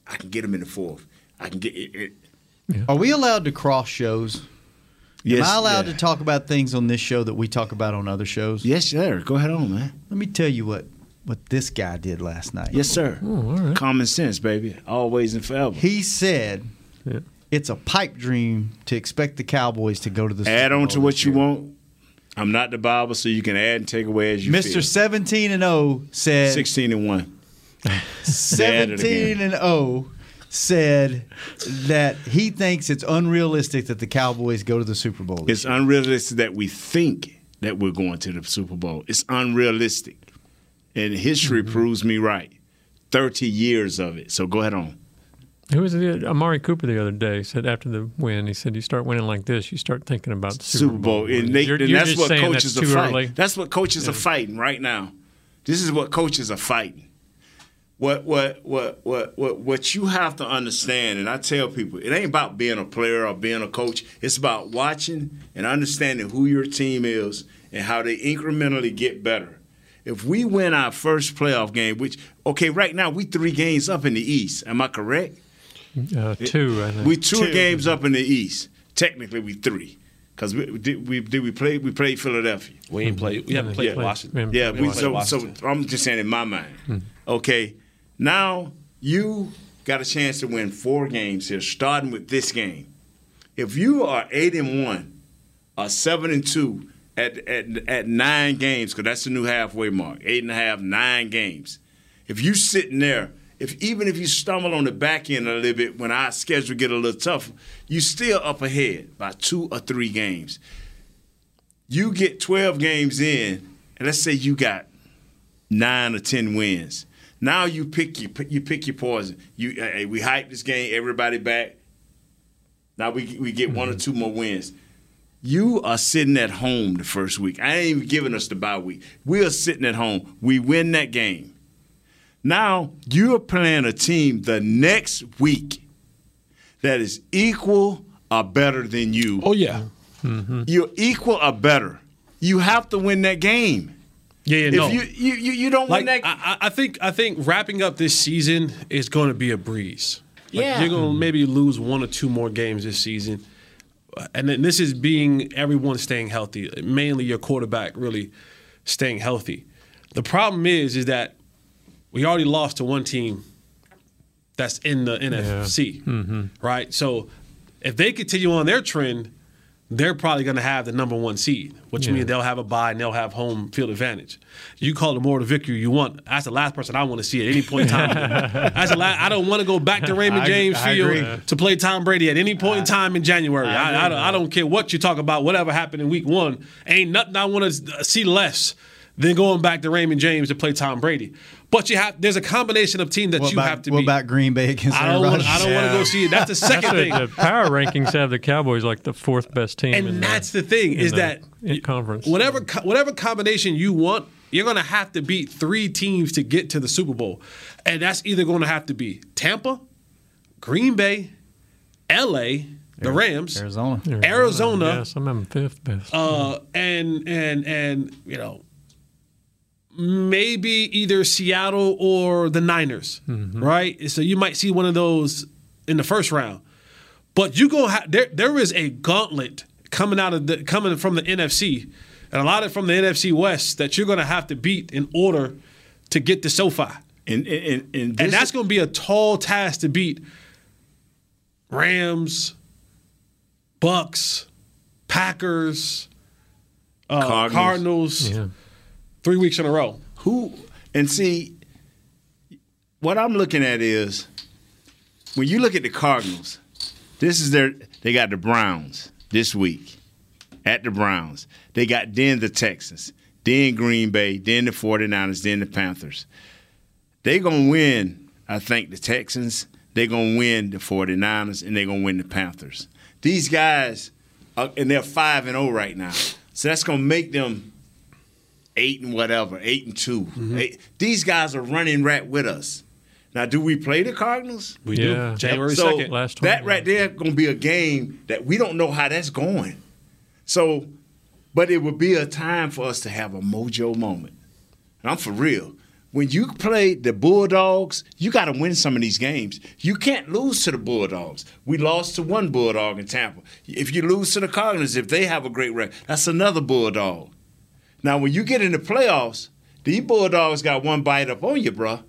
Speaker 3: I can get them in the fourth. I can get it. it.
Speaker 1: Are we allowed to cross shows? Am I allowed to talk about things on this show that we talk about on other shows?
Speaker 3: Yes, sir. Go ahead on, man.
Speaker 1: Let me tell you what what this guy did last night.
Speaker 3: Yes, sir. Common sense, baby. Always and forever.
Speaker 1: He said it's a pipe dream to expect the Cowboys to go to the
Speaker 3: add
Speaker 1: Super
Speaker 3: on
Speaker 1: Bowl
Speaker 3: to what
Speaker 1: this
Speaker 3: you
Speaker 1: year.
Speaker 3: want. I'm not the Bible, so you can add and take away as you
Speaker 1: Mr.
Speaker 3: feel.
Speaker 1: 17 and 0 said
Speaker 3: 16 and 1. They added again.
Speaker 1: 17 and 0 said that he thinks it's unrealistic that the Cowboys go to the Super Bowl.
Speaker 3: It's unrealistic that we think that we're going to the Super Bowl. It's unrealistic. And history proves me right. 30 years of it. So go ahead on.
Speaker 4: Who was it? Amari Cooper the other day said after the win, he said, "You start winning like this, you start thinking about the Super,
Speaker 3: Super Bowl. And, they,
Speaker 4: You're-
Speaker 3: and
Speaker 4: you're
Speaker 3: that's
Speaker 4: just
Speaker 3: what
Speaker 4: saying
Speaker 3: coaches
Speaker 4: that's
Speaker 3: are
Speaker 4: too
Speaker 3: fighting.
Speaker 4: early.
Speaker 3: That's what coaches are fighting right now. This is what coaches are fighting. What what what what what what you have to understand, and I tell people, it ain't about being a player or being a coach. It's about watching and understanding who your team is and how they incrementally get better. If we win our first playoff game, which okay, right now we three games up in the East. Am I correct?
Speaker 4: Uh, two, I think.
Speaker 3: We two, games up in the East. Technically, we three. Because we, we did we did we play we played Philadelphia.
Speaker 10: We ain't played. We haven't played
Speaker 3: yeah.
Speaker 10: Washington.
Speaker 3: Yeah, we,
Speaker 10: haven't played
Speaker 3: so, so
Speaker 10: Washington.
Speaker 3: I'm just saying in my mind. Okay, now you got a chance to win four games here, starting with this game. If you are eight and one, or seven and two at at, at nine games, because that's the new halfway mark, eight and a half, nine games. If you sitting there, if even if you stumble on the back end a little bit when our schedule get a little tougher, you still up ahead by two or three games you get 12 games in, and let's say you got nine or 10 wins. Now you pick your you pick your poison. You uh, hey, we hype this game, everybody back. Now we we get one or two more wins. You are sitting at home the first week. I ain't even giving us the bye week. We are sitting at home. We win that game. Now you're playing a team the next week that is equal or better than you. Oh
Speaker 10: yeah.
Speaker 3: You're equal or better. You have to win that game.
Speaker 10: Yeah,
Speaker 3: if
Speaker 10: no.
Speaker 3: you, you you you don't
Speaker 10: Like,
Speaker 3: win that,
Speaker 10: I, I I think I think wrapping up this season is going to be a breeze. Like,
Speaker 3: Yeah.
Speaker 10: you're going to maybe lose one or two more games this season, Uh, and then this is being everyone staying healthy, mainly your quarterback really staying healthy. The problem is is that we already lost to one team that's in the NFC,
Speaker 4: Mhm.
Speaker 11: Mm-hmm.
Speaker 10: right? So if they continue on their trend,
Speaker 2: they're probably going to have the number one seed, which
Speaker 11: Yeah.
Speaker 2: means they'll have a bye and they'll have home field advantage. You call the more the victory you want. That's the last person I want to see at any point in
Speaker 11: *laughs*
Speaker 2: time. That's the la- I don't want to go back to Raymond
Speaker 11: I-
Speaker 2: James
Speaker 11: I
Speaker 2: Field
Speaker 11: agree.
Speaker 2: to play Tom Brady at any point in time in January. I, I, don't, I don't care what you talk about, whatever happened in week one. Ain't nothing I want to see less than going back to Raymond James to play Tom Brady. But you have there's a combination of team that
Speaker 1: What
Speaker 2: you
Speaker 1: about,
Speaker 2: have to
Speaker 1: what
Speaker 2: be.
Speaker 1: about Green Bay against
Speaker 2: I
Speaker 1: Aaron
Speaker 2: don't wanna-
Speaker 1: Rodgers?
Speaker 2: I don't wanna go see it. That's the second
Speaker 4: That's
Speaker 2: thing.
Speaker 4: what The power rankings have the Cowboys like the fourth best team.
Speaker 2: And
Speaker 4: in
Speaker 2: that's the thing,
Speaker 4: in
Speaker 2: is
Speaker 4: the-
Speaker 2: that
Speaker 4: in conference.
Speaker 2: whatever co- whatever combination you want, you're going to have to beat three teams to get to the Super Bowl, and that's either going to have to be Tampa, Green Bay, L.A., the Rams,
Speaker 1: Arizona,
Speaker 2: Arizona.
Speaker 4: Yes, I'm in fifth best.
Speaker 2: uh, and and and you know maybe either Seattle or the Niners, right? So you might see one of those in the first round, but you go ha- there. There is a gauntlet coming out of the coming from the NFC, and a lot of from the NFC West that you're going to have to beat in order to get to SoFi,
Speaker 3: and and and,
Speaker 2: and that's going to be a tall task to beat. Rams, Bucks, Packers, uh, Cardinals,
Speaker 3: Cardinals.
Speaker 2: three weeks in a row.
Speaker 3: Who and see what I'm looking at is when you look at the Cardinals, this is their they got the Browns this week. At the Browns. They got then the Texans, then Green Bay, then the 49ers, then the Panthers. They're gonna win, I think, the Texans, they're gonna win the 49ers, and they're gonna win the Panthers. These guys are, and they're five and oh right now. So that's gonna make them eight and whatever, eight and 2 Eight- these guys are running right with us. Now, do we play the Cardinals?
Speaker 2: We do. Yeah. January
Speaker 3: so
Speaker 2: 2nd. Last
Speaker 3: that right there going to be a game that we don't know how that's going. So, but it would be a time for us to have a mojo moment. And I'm for real. When you play the Bulldogs, you got to win some of these games. You can't lose to the Bulldogs. We lost to one Bulldog in Tampa. If you lose to the Cardinals, if they have a great record, that's another Bulldog. Now, when you get in the playoffs, these Bulldogs got one bite up on you, bruh.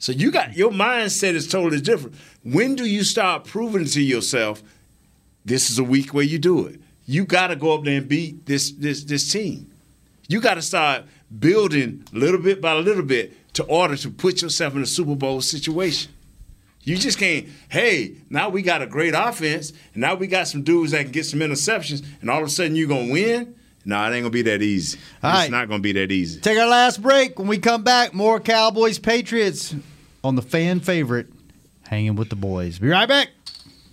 Speaker 3: So you got your mindset is totally different. When do you start proving to yourself this is a week where you do it? You got to go up there and beat this this this team. You got to start building little bit by little bit to order to put yourself in a Super Bowl situation. You just can't, hey, now we got a great offense, and now we got some dudes that can get some interceptions, and all of a sudden you're going to win? No, it ain't going to be that easy.
Speaker 1: All
Speaker 3: it's
Speaker 1: right.
Speaker 3: not going to be that easy.
Speaker 1: Take our last break. When we come back, more Cowboys Patriots on the fan favorite, hanging with the boys. Be right back.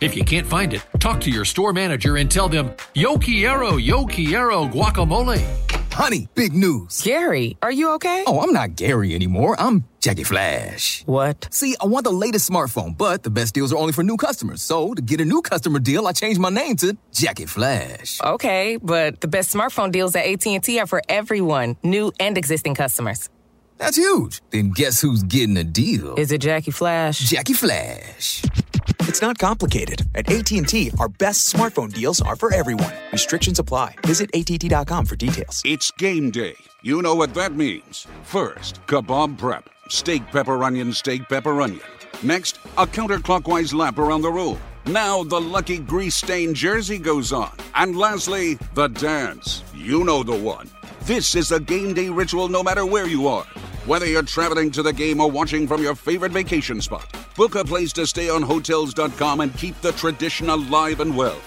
Speaker 7: If you can't find it, talk to your store manager and tell them, Yo quiero, yo quiero guacamole.
Speaker 12: Honey, big news.
Speaker 13: Gary, are you okay?
Speaker 12: Oh, I'm not Gary anymore. I'm Jackie Flash.
Speaker 13: What?
Speaker 12: See, I want the latest smartphone, but the best deals are only for new customers. So to get a new customer deal, I changed my name to Jackie Flash.
Speaker 13: Okay, but the best smartphone deals at AT&T are for everyone, new and existing customers.
Speaker 12: That's huge. Then guess who's getting a deal?
Speaker 13: Is it Jackie Flash?
Speaker 12: Jackie Flash.
Speaker 14: It's not complicated. At AT&T, our best smartphone deals are for everyone. Restrictions apply. Visit att.com for details.
Speaker 6: It's game day. You know what that means. First, kebab prep. Steak, pepper, onion, steak, pepper, onion. Next, a counterclockwise lap around the room. Now, the lucky grease stained jersey goes on. And lastly, the dance. You know the one. This is a game day ritual no matter where you are. Whether you're traveling to the game or watching from your favorite vacation spot, book a place to stay on Hotels.com and keep the tradition alive and well.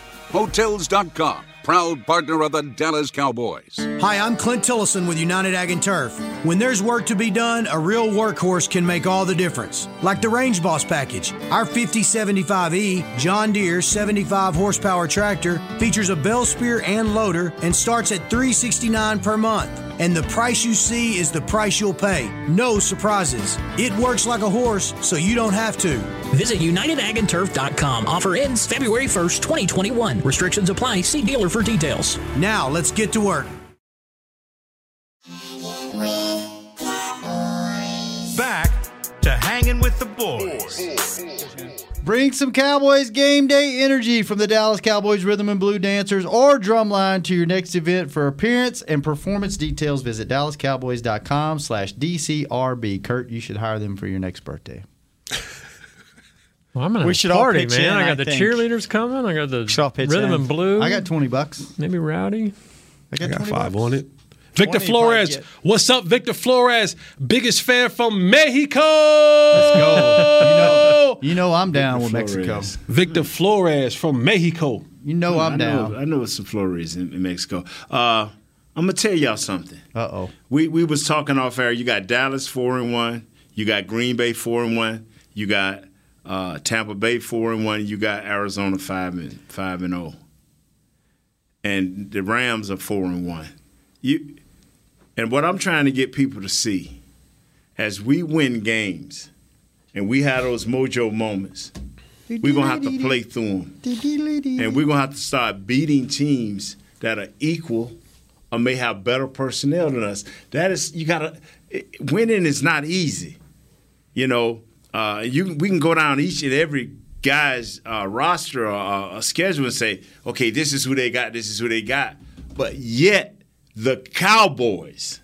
Speaker 6: Hotels.com, proud partner of the Dallas Cowboys.
Speaker 15: Hi, I'm Clint Tillison with United Ag and Turf. When there's work to be done, a real workhorse can make all the difference. Like the Range Boss package, our 5075E John Deere 75 horsepower tractor features a bell spear and loader and starts at 369 per month. And the price you see is the price you'll pay. No surprises. It works like a horse, so you don't have to.
Speaker 16: Visit unitedagandturf.com. Offer ends February 1st, 2021. Restrictions apply. See dealer for details.
Speaker 15: Now let's get to work.
Speaker 9: Hanging with the boys.
Speaker 1: Bring some Cowboys game day energy from the Dallas Cowboys Rhythm and Blue Dancers or Drumline to your next event. For appearance and performance details, visit DallasCowboys.com slash DCRB. Kurt, you should hire them for your next birthday.
Speaker 4: Well, I'm gonna we should party, man. I got the cheerleaders coming. I got the rhythm and blues.
Speaker 1: I got 20 bucks.
Speaker 4: Maybe Rowdy.
Speaker 1: I got,
Speaker 2: five on it. Victor
Speaker 4: 20
Speaker 2: Flores,
Speaker 4: might
Speaker 2: what's up, Victor Flores? Biggest fan from Mexico. Let's go.
Speaker 1: You know, Oh. you know I'm down with
Speaker 3: Flores.
Speaker 1: Mexico.
Speaker 2: Victor Flores from Mexico.
Speaker 1: You know
Speaker 3: I know, I know it's some Flores in, in Mexico. Uh, I'm gonna tell y'all something.
Speaker 1: Uh oh.
Speaker 3: We we was talking off air. You got Dallas four and one. You got Green Bay four and one. You got uh, Tampa Bay four and one. You got Arizona five and five and zero. And the Rams are four and one. You and what I'm trying to get people to see as we win games and we have those mojo moments, we're gonna have to play through them. And we're going to have to start beating teams that are equal or may have better personnel than us. That is, you got to, winning is not easy. You know, uh, you we can go down each and every guy's uh, roster or uh, schedule and say, okay, this is who they got, this is who they got. But yet, the Cowboys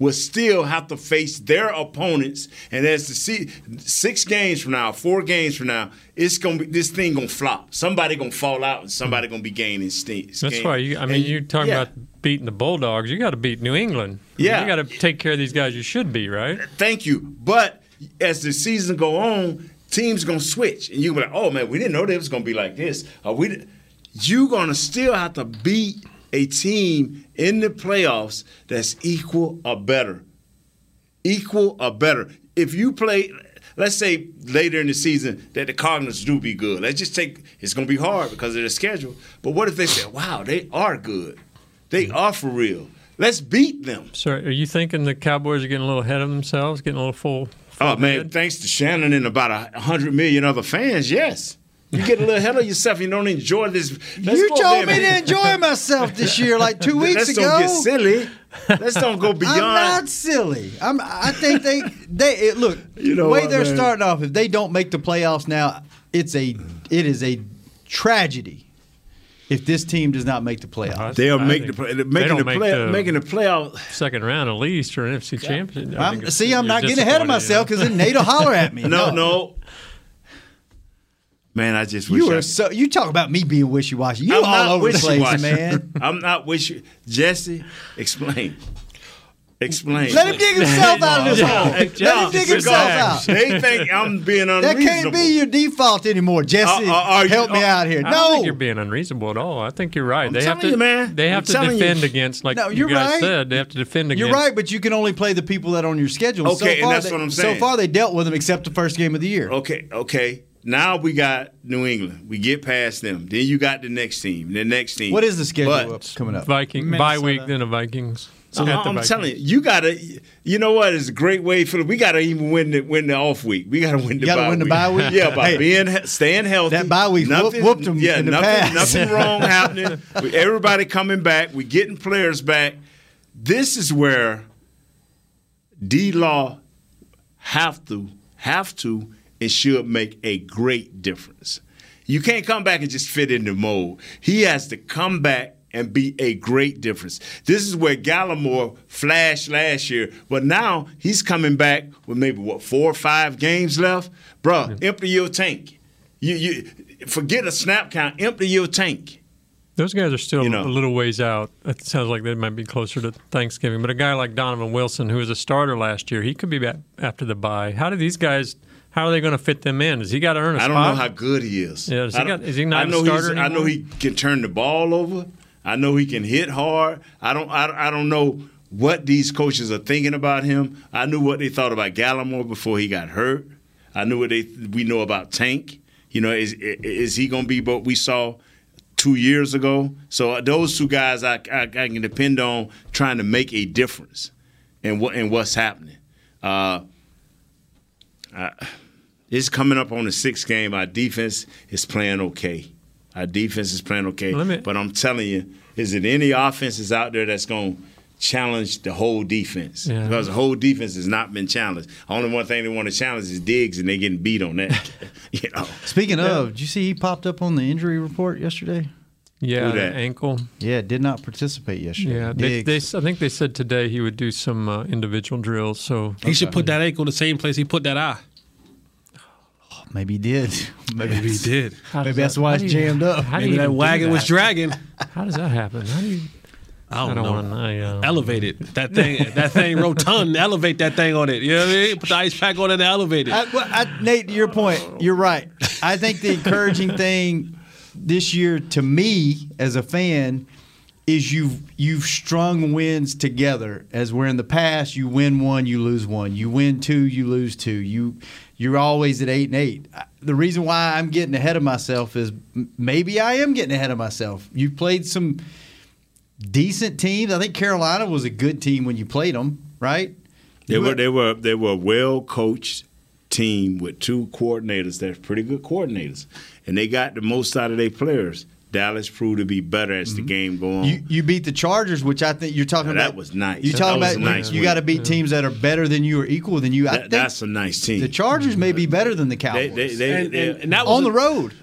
Speaker 3: will still have to face their opponents. And as the see, six games from now, four games from now, it's gonna be this thing gonna flop. Somebody gonna fall out, and somebody gonna be gaining steam.
Speaker 4: That's why you, I mean, you're talking
Speaker 3: yeah.
Speaker 4: about beating the Bulldogs. You got to beat New England.
Speaker 3: Yeah.
Speaker 4: you got to take care of these guys. You should be right.
Speaker 3: Thank you. But as the season go on, teams gonna switch, and you be like, "Oh man, we didn't know they was gonna be like this." Or we, di-" you gonna still have to beat a team in the playoffs that's equal or better, equal or better. If you play, let's say later in the season that the Cardinals do be good. Let's just take it's gonna be hard because of their schedule. But what if they say, "Wow, they are good. They are for real. Let's beat them."
Speaker 4: So, are you thinking the Cowboys are getting a little ahead of themselves, getting a little full?
Speaker 3: Oh man, thanks to Shannon and about a hundred million other fans, yes. You get a little ahead of yourself. You don't enjoy this. Let's
Speaker 1: you
Speaker 3: go
Speaker 1: told
Speaker 3: there
Speaker 1: me
Speaker 3: and-
Speaker 1: to enjoy myself this year like two weeks
Speaker 3: Let's
Speaker 1: ago.
Speaker 3: Don't get silly. Let's don't go beyond.
Speaker 1: *laughs* I'm not silly. I'm. I think they. They it, look.
Speaker 3: *laughs* You know
Speaker 1: the way
Speaker 3: what,
Speaker 1: they're
Speaker 3: man?
Speaker 1: starting off. If they don't make the playoffs now, it's a. It is a tragedy. If this team does not make the playoffs,
Speaker 3: They'll I make think the play- they're making
Speaker 4: don't
Speaker 3: the
Speaker 4: make
Speaker 3: play-
Speaker 4: the
Speaker 3: making the playoff
Speaker 4: second round at least or an NFC championship. I think
Speaker 1: I'm, see,
Speaker 4: you're
Speaker 1: I'm not getting ahead of
Speaker 4: disappointed, you know?
Speaker 1: myself because then Nate will holler at me.
Speaker 3: *laughs* No, no. Man, I just wish
Speaker 1: You
Speaker 3: I
Speaker 1: are so. You talk about me being wishy washy. You
Speaker 3: I'm not
Speaker 1: all over the place,
Speaker 3: wishy-washy.
Speaker 1: man.
Speaker 3: *laughs* I'm not wishy. Jesse, explain. Explain.
Speaker 1: Let him dig himself out of this hole.
Speaker 3: Yeah,
Speaker 1: Let him dig himself out.
Speaker 3: They think I'm being
Speaker 1: That
Speaker 3: unreasonable.
Speaker 1: can't be your default anymore, Jesse.
Speaker 3: Uh, uh, are you-
Speaker 1: help me
Speaker 3: uh,
Speaker 1: out here.
Speaker 4: I don't
Speaker 1: No,
Speaker 4: think you're being unreasonable at all. I think you're right. they have
Speaker 1: telling
Speaker 4: to,
Speaker 1: you, man.
Speaker 4: They
Speaker 1: I'm
Speaker 4: have to
Speaker 1: telling you.
Speaker 4: defend against, like
Speaker 1: No,
Speaker 4: you
Speaker 1: you're
Speaker 4: guys
Speaker 1: right.
Speaker 4: said. They have to defend against.
Speaker 1: You're right, but you can only play the people that are on your schedule. So
Speaker 3: Okay, and
Speaker 1: far
Speaker 3: that's
Speaker 1: they-
Speaker 3: what I'm
Speaker 1: So
Speaker 3: saying.
Speaker 1: far, they dealt with them except the first game of the year.
Speaker 3: Okay, okay. Now we got New England. We get past them. Then you got the next team. The next team.
Speaker 1: What is the schedule
Speaker 3: But-
Speaker 1: up, coming up?
Speaker 4: Viking bye week, then the Vikings.
Speaker 3: I'm,
Speaker 4: Got the
Speaker 3: I'm
Speaker 4: Vikings.
Speaker 3: telling you, you gotta. You know what? It's a great way for we gotta even win the win the off week. We gotta win the
Speaker 1: You gotta
Speaker 3: bye
Speaker 1: win the
Speaker 3: week.
Speaker 1: bye week?
Speaker 3: *laughs* yeah, by
Speaker 1: Hey,
Speaker 3: being he- staying healthy.
Speaker 1: that bye week whoop- whooped 'em
Speaker 3: Yeah,
Speaker 1: in the
Speaker 3: nothing,
Speaker 1: past. *laughs*
Speaker 3: nothing wrong happening. We- Everybody coming back. We getting players back. This is where D Law have to have to and should make a great difference. You can't come back and just fit in the mold. He has to come back and be a great difference. This is where Gallimore flashed last year, but now he's coming back with maybe what four or five games left. Bruh, empty your tank. You you forget a snap count, empty your tank.
Speaker 4: Those guys are still a little ways out. It sounds like they might be closer to Thanksgiving. But a guy like Donovan Wilson, who was a starter last year, he could be back after the bye. How do these guys? How are they going to fit them in? Is he got to earn a
Speaker 3: I don't
Speaker 4: spot?
Speaker 3: know how good he is.
Speaker 4: Yeah, is
Speaker 3: I
Speaker 4: he
Speaker 3: don't-
Speaker 4: got- is he not
Speaker 3: I
Speaker 4: a
Speaker 3: know he's-
Speaker 4: starter
Speaker 3: I know
Speaker 4: anymore?
Speaker 3: he can turn the ball over. I know he can hit hard. I don't. I, I don't know what these coaches are thinking about him. I knew what they thought about Gallimore before he got hurt. I knew what they we know about Tank. You know, is is he going to be what we saw two years ago? So uh, those two guys, I, I, I can depend on trying to make a difference, in what and what's happening. Uh, I, it's coming up on the sixth game. Our defense is playing okay. Our defense is playing okay.
Speaker 4: Let me-
Speaker 3: but I'm telling you, is it any offenses out there that's going to challenge the whole defense
Speaker 4: Yeah.
Speaker 3: because the whole defense has not been challenged. Only one thing they want to challenge is Diggs, and they getting beat on that. *laughs* you know.
Speaker 1: Speaking of, did you see he popped up on the injury report yesterday?
Speaker 4: Yeah, Who that? the ankle.
Speaker 1: Yeah, did not participate yesterday.
Speaker 4: Yeah, they, they, I think they said today he would do some uh, individual drills. So
Speaker 2: He should put that ankle in the same place he put that eye.
Speaker 1: Maybe he did. *laughs* Maybe,
Speaker 2: he did.
Speaker 1: Maybe that's why it's jammed up.
Speaker 2: Maybe that wagon was dragging.
Speaker 4: How does that happen? How do you?
Speaker 2: I
Speaker 4: I
Speaker 2: don't,
Speaker 4: don't
Speaker 2: know.
Speaker 4: wanna- I, uh,
Speaker 2: elevate it. That thing. that *laughs* thing rotund. Elevate that thing on it. You know what I mean? Put the ice pack on it. and Elevate it.
Speaker 1: I, well, I, Nate, to your point, you're right. I think the encouraging thing this year to me as a fan is you've you've strung wins together. As where in the past, you win one, you lose one. You win two, you lose two. You you're always at eight and eight. I- The reason why I'm getting ahead of myself is m- maybe I am getting ahead of myself. You played some decent teams. I think Carolina was a good team when you played them, right?
Speaker 3: They were they were they were a well coached team with two coordinators that's pretty good coordinators, and they got the most out of their players. Dallas proved to be better as the game go on.
Speaker 1: Mm-hmm. You you beat the Chargers, which I think you're talking
Speaker 3: Now, that
Speaker 1: about.
Speaker 3: was nice.
Speaker 1: You're talking
Speaker 3: That was
Speaker 1: about
Speaker 3: a nice
Speaker 1: you,
Speaker 3: win.
Speaker 1: got to beat teams that are better than you or equal than you. I
Speaker 3: That-
Speaker 1: think
Speaker 3: that's a nice team.
Speaker 1: the Chargers may be better than the
Speaker 3: They-
Speaker 1: Cowboys.
Speaker 3: they- they-
Speaker 1: and,
Speaker 3: they-
Speaker 1: on the road.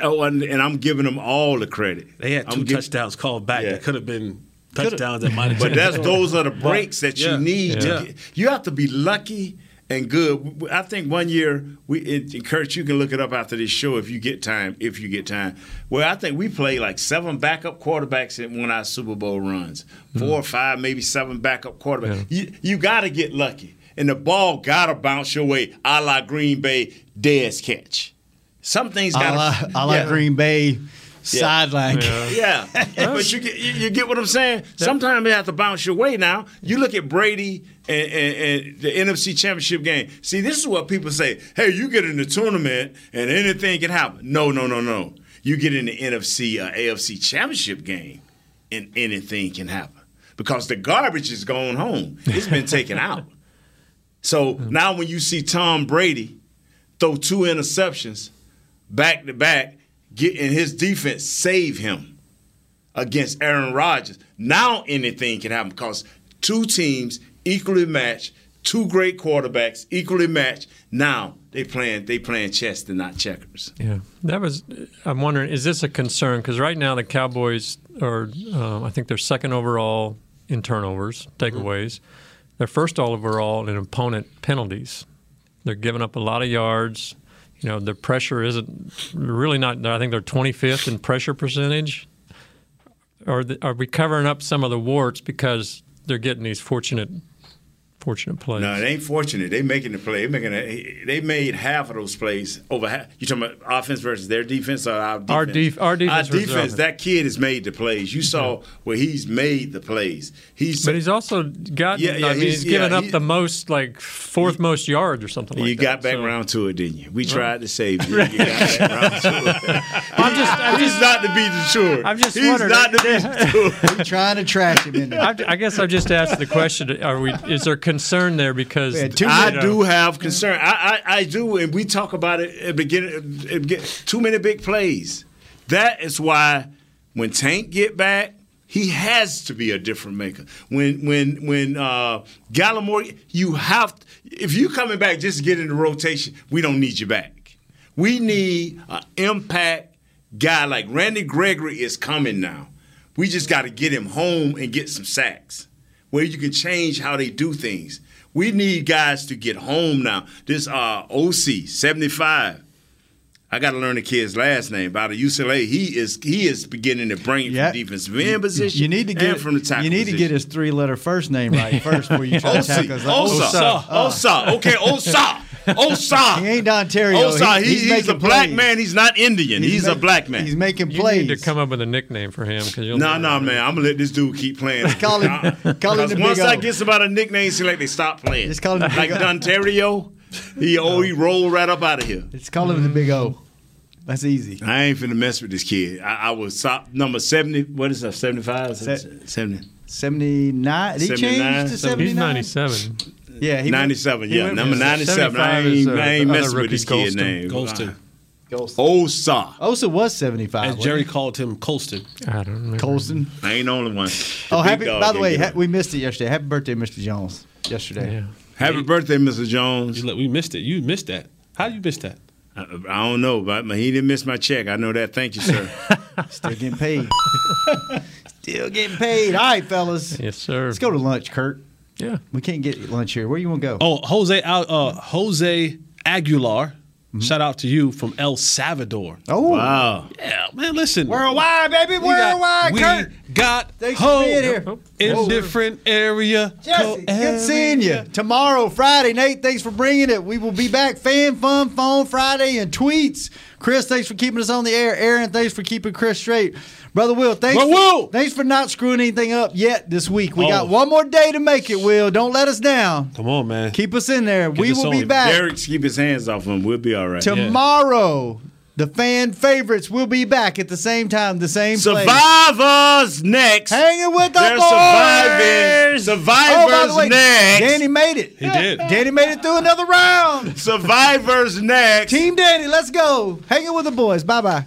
Speaker 3: Oh, and, and I'm giving them all the credit.
Speaker 2: They had 2
Speaker 3: I'm gi-
Speaker 2: touchdowns called back. That could have been
Speaker 3: Coulda.
Speaker 2: touchdowns that might have. *laughs*
Speaker 3: But that's those are the breaks that you
Speaker 2: Yeah.
Speaker 3: need.
Speaker 2: Yeah.
Speaker 3: To get, you have to be lucky and good. I think one year we it, and Kurt, you can look it up after this show if you get time. If you get time, well, I think we played like seven backup quarterbacks in one of our Super Bowl runs, four or five, maybe seven backup quarterbacks. You you got to get lucky, and the ball got to bounce your way, a la Green Bay Dez catch. Some things
Speaker 1: I
Speaker 3: got
Speaker 1: like, I like Green Bay sideline.
Speaker 3: yeah, *laughs* but you get you, you get what I'm saying. Sometimes they have to bounce your way. Now you look at Brady and, and, and the NFC Championship game. See, this is what people say: Hey, you get in the tournament and anything can happen. No, no, no, no. You get in the NFC or AFC Championship game, and anything can happen because the garbage is going home. It's been taken out. So now when you see Tom Brady throw two interceptions back to back, get and his defense save him against Aaron Rodgers. Now anything can happen because two teams equally matched, two great quarterbacks equally matched. Now they playing they playing chess and not checkers.
Speaker 4: Yeah, that was. I'm wondering, is this a concern? Because right now the Cowboys are, um, I think they're second overall in turnovers, takeaways. They're first overall in opponent penalties. They're giving up a lot of yards. You know, their pressure isn't really not. I think they're 25th in pressure percentage. Are the, are we covering up some of the warts because they're getting these fortunate, fortunate plays?
Speaker 3: No, it ain't fortunate. They making the play. They making a, they made half of those plays over half. You talking about offense versus their defense or our defense?
Speaker 4: Our def- our defense
Speaker 3: Our
Speaker 4: versus
Speaker 3: defense.
Speaker 4: offense.
Speaker 3: That kid has made the plays. You saw where he's made the plays. He's
Speaker 4: But he's also got.
Speaker 3: Yeah, yeah,
Speaker 4: I mean, he's,
Speaker 3: he's-
Speaker 4: given
Speaker 3: yeah,
Speaker 4: up
Speaker 3: he-
Speaker 4: the most, like fourth most yards or something like
Speaker 3: you
Speaker 4: that.
Speaker 3: got back
Speaker 4: so-
Speaker 3: around to it, didn't you? We
Speaker 4: Right.
Speaker 3: tried to
Speaker 4: *laughs*
Speaker 3: save you. you got back around to it. I'm just, he's not to be deterred.
Speaker 4: I'm just
Speaker 3: he's
Speaker 4: wondering-
Speaker 3: not to be deterred. *laughs*
Speaker 1: We're *laughs* trying to trash him in there.
Speaker 4: *laughs* I, I guess I just asked the question: Are we? Is there concern there because
Speaker 3: I
Speaker 4: you know,
Speaker 3: do have concern. I, I, I do, and we talk about it at beginning. At begin, too many big plays. That is why when Tank get back, he has to be a different maker. When when when uh, Gallimore, you have if you coming back just to get in the rotation, we don't need you back. We need an impact guy like Randy Gregory is coming now. We just got to get him home and get some sacks where you can change how they do things. We need guys to get home now. This uh, OC seventy five. I got to learn the kid's last name. By the UCLA, he is he is beginning to bring it
Speaker 1: Yeah.
Speaker 3: from defensive end position.
Speaker 1: You need to get
Speaker 3: and from the tackle.
Speaker 1: You need to get his three letter first name right first before you try to
Speaker 3: Osa,
Speaker 1: tackle. us. Like, Uh.
Speaker 3: Osa, Osa. Okay, Osa, Osa.
Speaker 1: *laughs* He ain't Don Terry.
Speaker 3: Osa, he- he's a black man. He's not Indian. He's, a
Speaker 1: ma-
Speaker 3: black man.
Speaker 1: He's making
Speaker 4: you
Speaker 1: plays.
Speaker 4: need to come up with a nickname for him? Because
Speaker 3: No, no, man. I'm gonna let this dude keep playing.
Speaker 1: *laughs* Call him-
Speaker 3: Uh,
Speaker 1: call him
Speaker 3: 'cause
Speaker 1: the big
Speaker 3: once
Speaker 1: O.
Speaker 3: I get somebody a nickname, see like they stop playing.
Speaker 1: Just call him the big
Speaker 3: like
Speaker 1: O.
Speaker 3: Dontario.
Speaker 1: *laughs*
Speaker 3: He oh he rolled right up out of here.
Speaker 1: Let's call him the Big O.
Speaker 4: Mm-hmm.
Speaker 1: That's easy.
Speaker 3: I ain't finna mess with this kid. I, I was top number seventy. What is that? Seventy five. Seventy.
Speaker 1: 79. Did he change to 79?
Speaker 4: He's 97.
Speaker 1: Yeah, he went-
Speaker 3: ninety seven.
Speaker 1: he
Speaker 3: Yeah,
Speaker 1: went-
Speaker 3: number
Speaker 1: yeah,
Speaker 3: ninety seven. I
Speaker 4: 75 is,
Speaker 3: ain't,
Speaker 4: uh,
Speaker 3: I ain't
Speaker 4: the other
Speaker 3: messing with
Speaker 4: rookie,
Speaker 3: this
Speaker 4: Golston.
Speaker 3: kid name.
Speaker 4: Golston.
Speaker 3: Osa.
Speaker 1: Osa Oh, was 75.
Speaker 2: As Jerry called him, Colston.
Speaker 4: I don't know.
Speaker 1: Colston.
Speaker 3: I ain't the only one.
Speaker 1: Oh,
Speaker 3: big
Speaker 1: happy!
Speaker 3: dog
Speaker 1: By the
Speaker 3: ain't
Speaker 1: way,
Speaker 3: getting
Speaker 1: ha- we missed it yesterday. Happy birthday, Mr. Jones. Yesterday.
Speaker 3: Happy birthday, Mr. Jones.
Speaker 2: we missed it. You missed that. How you miss that?
Speaker 3: I, I don't know, but but he didn't miss my check. I know that. Thank you, *laughs* sir.
Speaker 1: Still getting paid. *laughs* Still getting paid. All right, fellas.
Speaker 4: Yes, sir.
Speaker 1: Let's go to lunch, Kurt.
Speaker 4: Yeah.
Speaker 1: We can't get lunch here. Where you want to go?
Speaker 2: Oh, Jose Al- uh, Jose Aguilar. Shout out to you from El Salvador.
Speaker 1: Mm-hmm. Oh,
Speaker 3: wow.
Speaker 2: Yeah, man, listen.
Speaker 1: Worldwide, baby.
Speaker 2: We got-
Speaker 1: Worldwide,
Speaker 2: we
Speaker 1: Kurt.
Speaker 2: got
Speaker 1: Thanks for
Speaker 2: hope
Speaker 1: being here.
Speaker 4: Oh.
Speaker 2: in
Speaker 1: Yes, sir.
Speaker 2: different area.
Speaker 1: Jesse, good seeing you. Tomorrow, Friday, Nate, thanks for bringing it. We will be back. Fan, fun, phone, Friday, and tweets. Chris, thanks for keeping us on the air. Aaron, thanks for keeping Chris straight. Brother Will, thanks,
Speaker 2: Bro,
Speaker 1: for,
Speaker 2: Will!
Speaker 1: thanks for not screwing anything up yet this week. We
Speaker 2: Oh.
Speaker 1: got one more day to make it, Will. Don't let us down.
Speaker 2: Come on, man.
Speaker 1: Keep us in there. we
Speaker 3: If
Speaker 1: will be back
Speaker 3: Derek, keep his hands off him. We'll be all right.
Speaker 1: tomorrow. The fan favorites will be back at the same time, the same place.
Speaker 3: Survivors next.
Speaker 1: Hanging with the
Speaker 3: They're
Speaker 1: boys.
Speaker 3: surviving.
Speaker 1: Oh, by the
Speaker 3: Survivors
Speaker 1: way,
Speaker 3: next.
Speaker 1: Danny made it. He
Speaker 2: did.
Speaker 1: Danny made it through another round.
Speaker 3: *laughs* Survivors next.
Speaker 1: Team Danny, let's go. Hanging with the boys. Bye bye.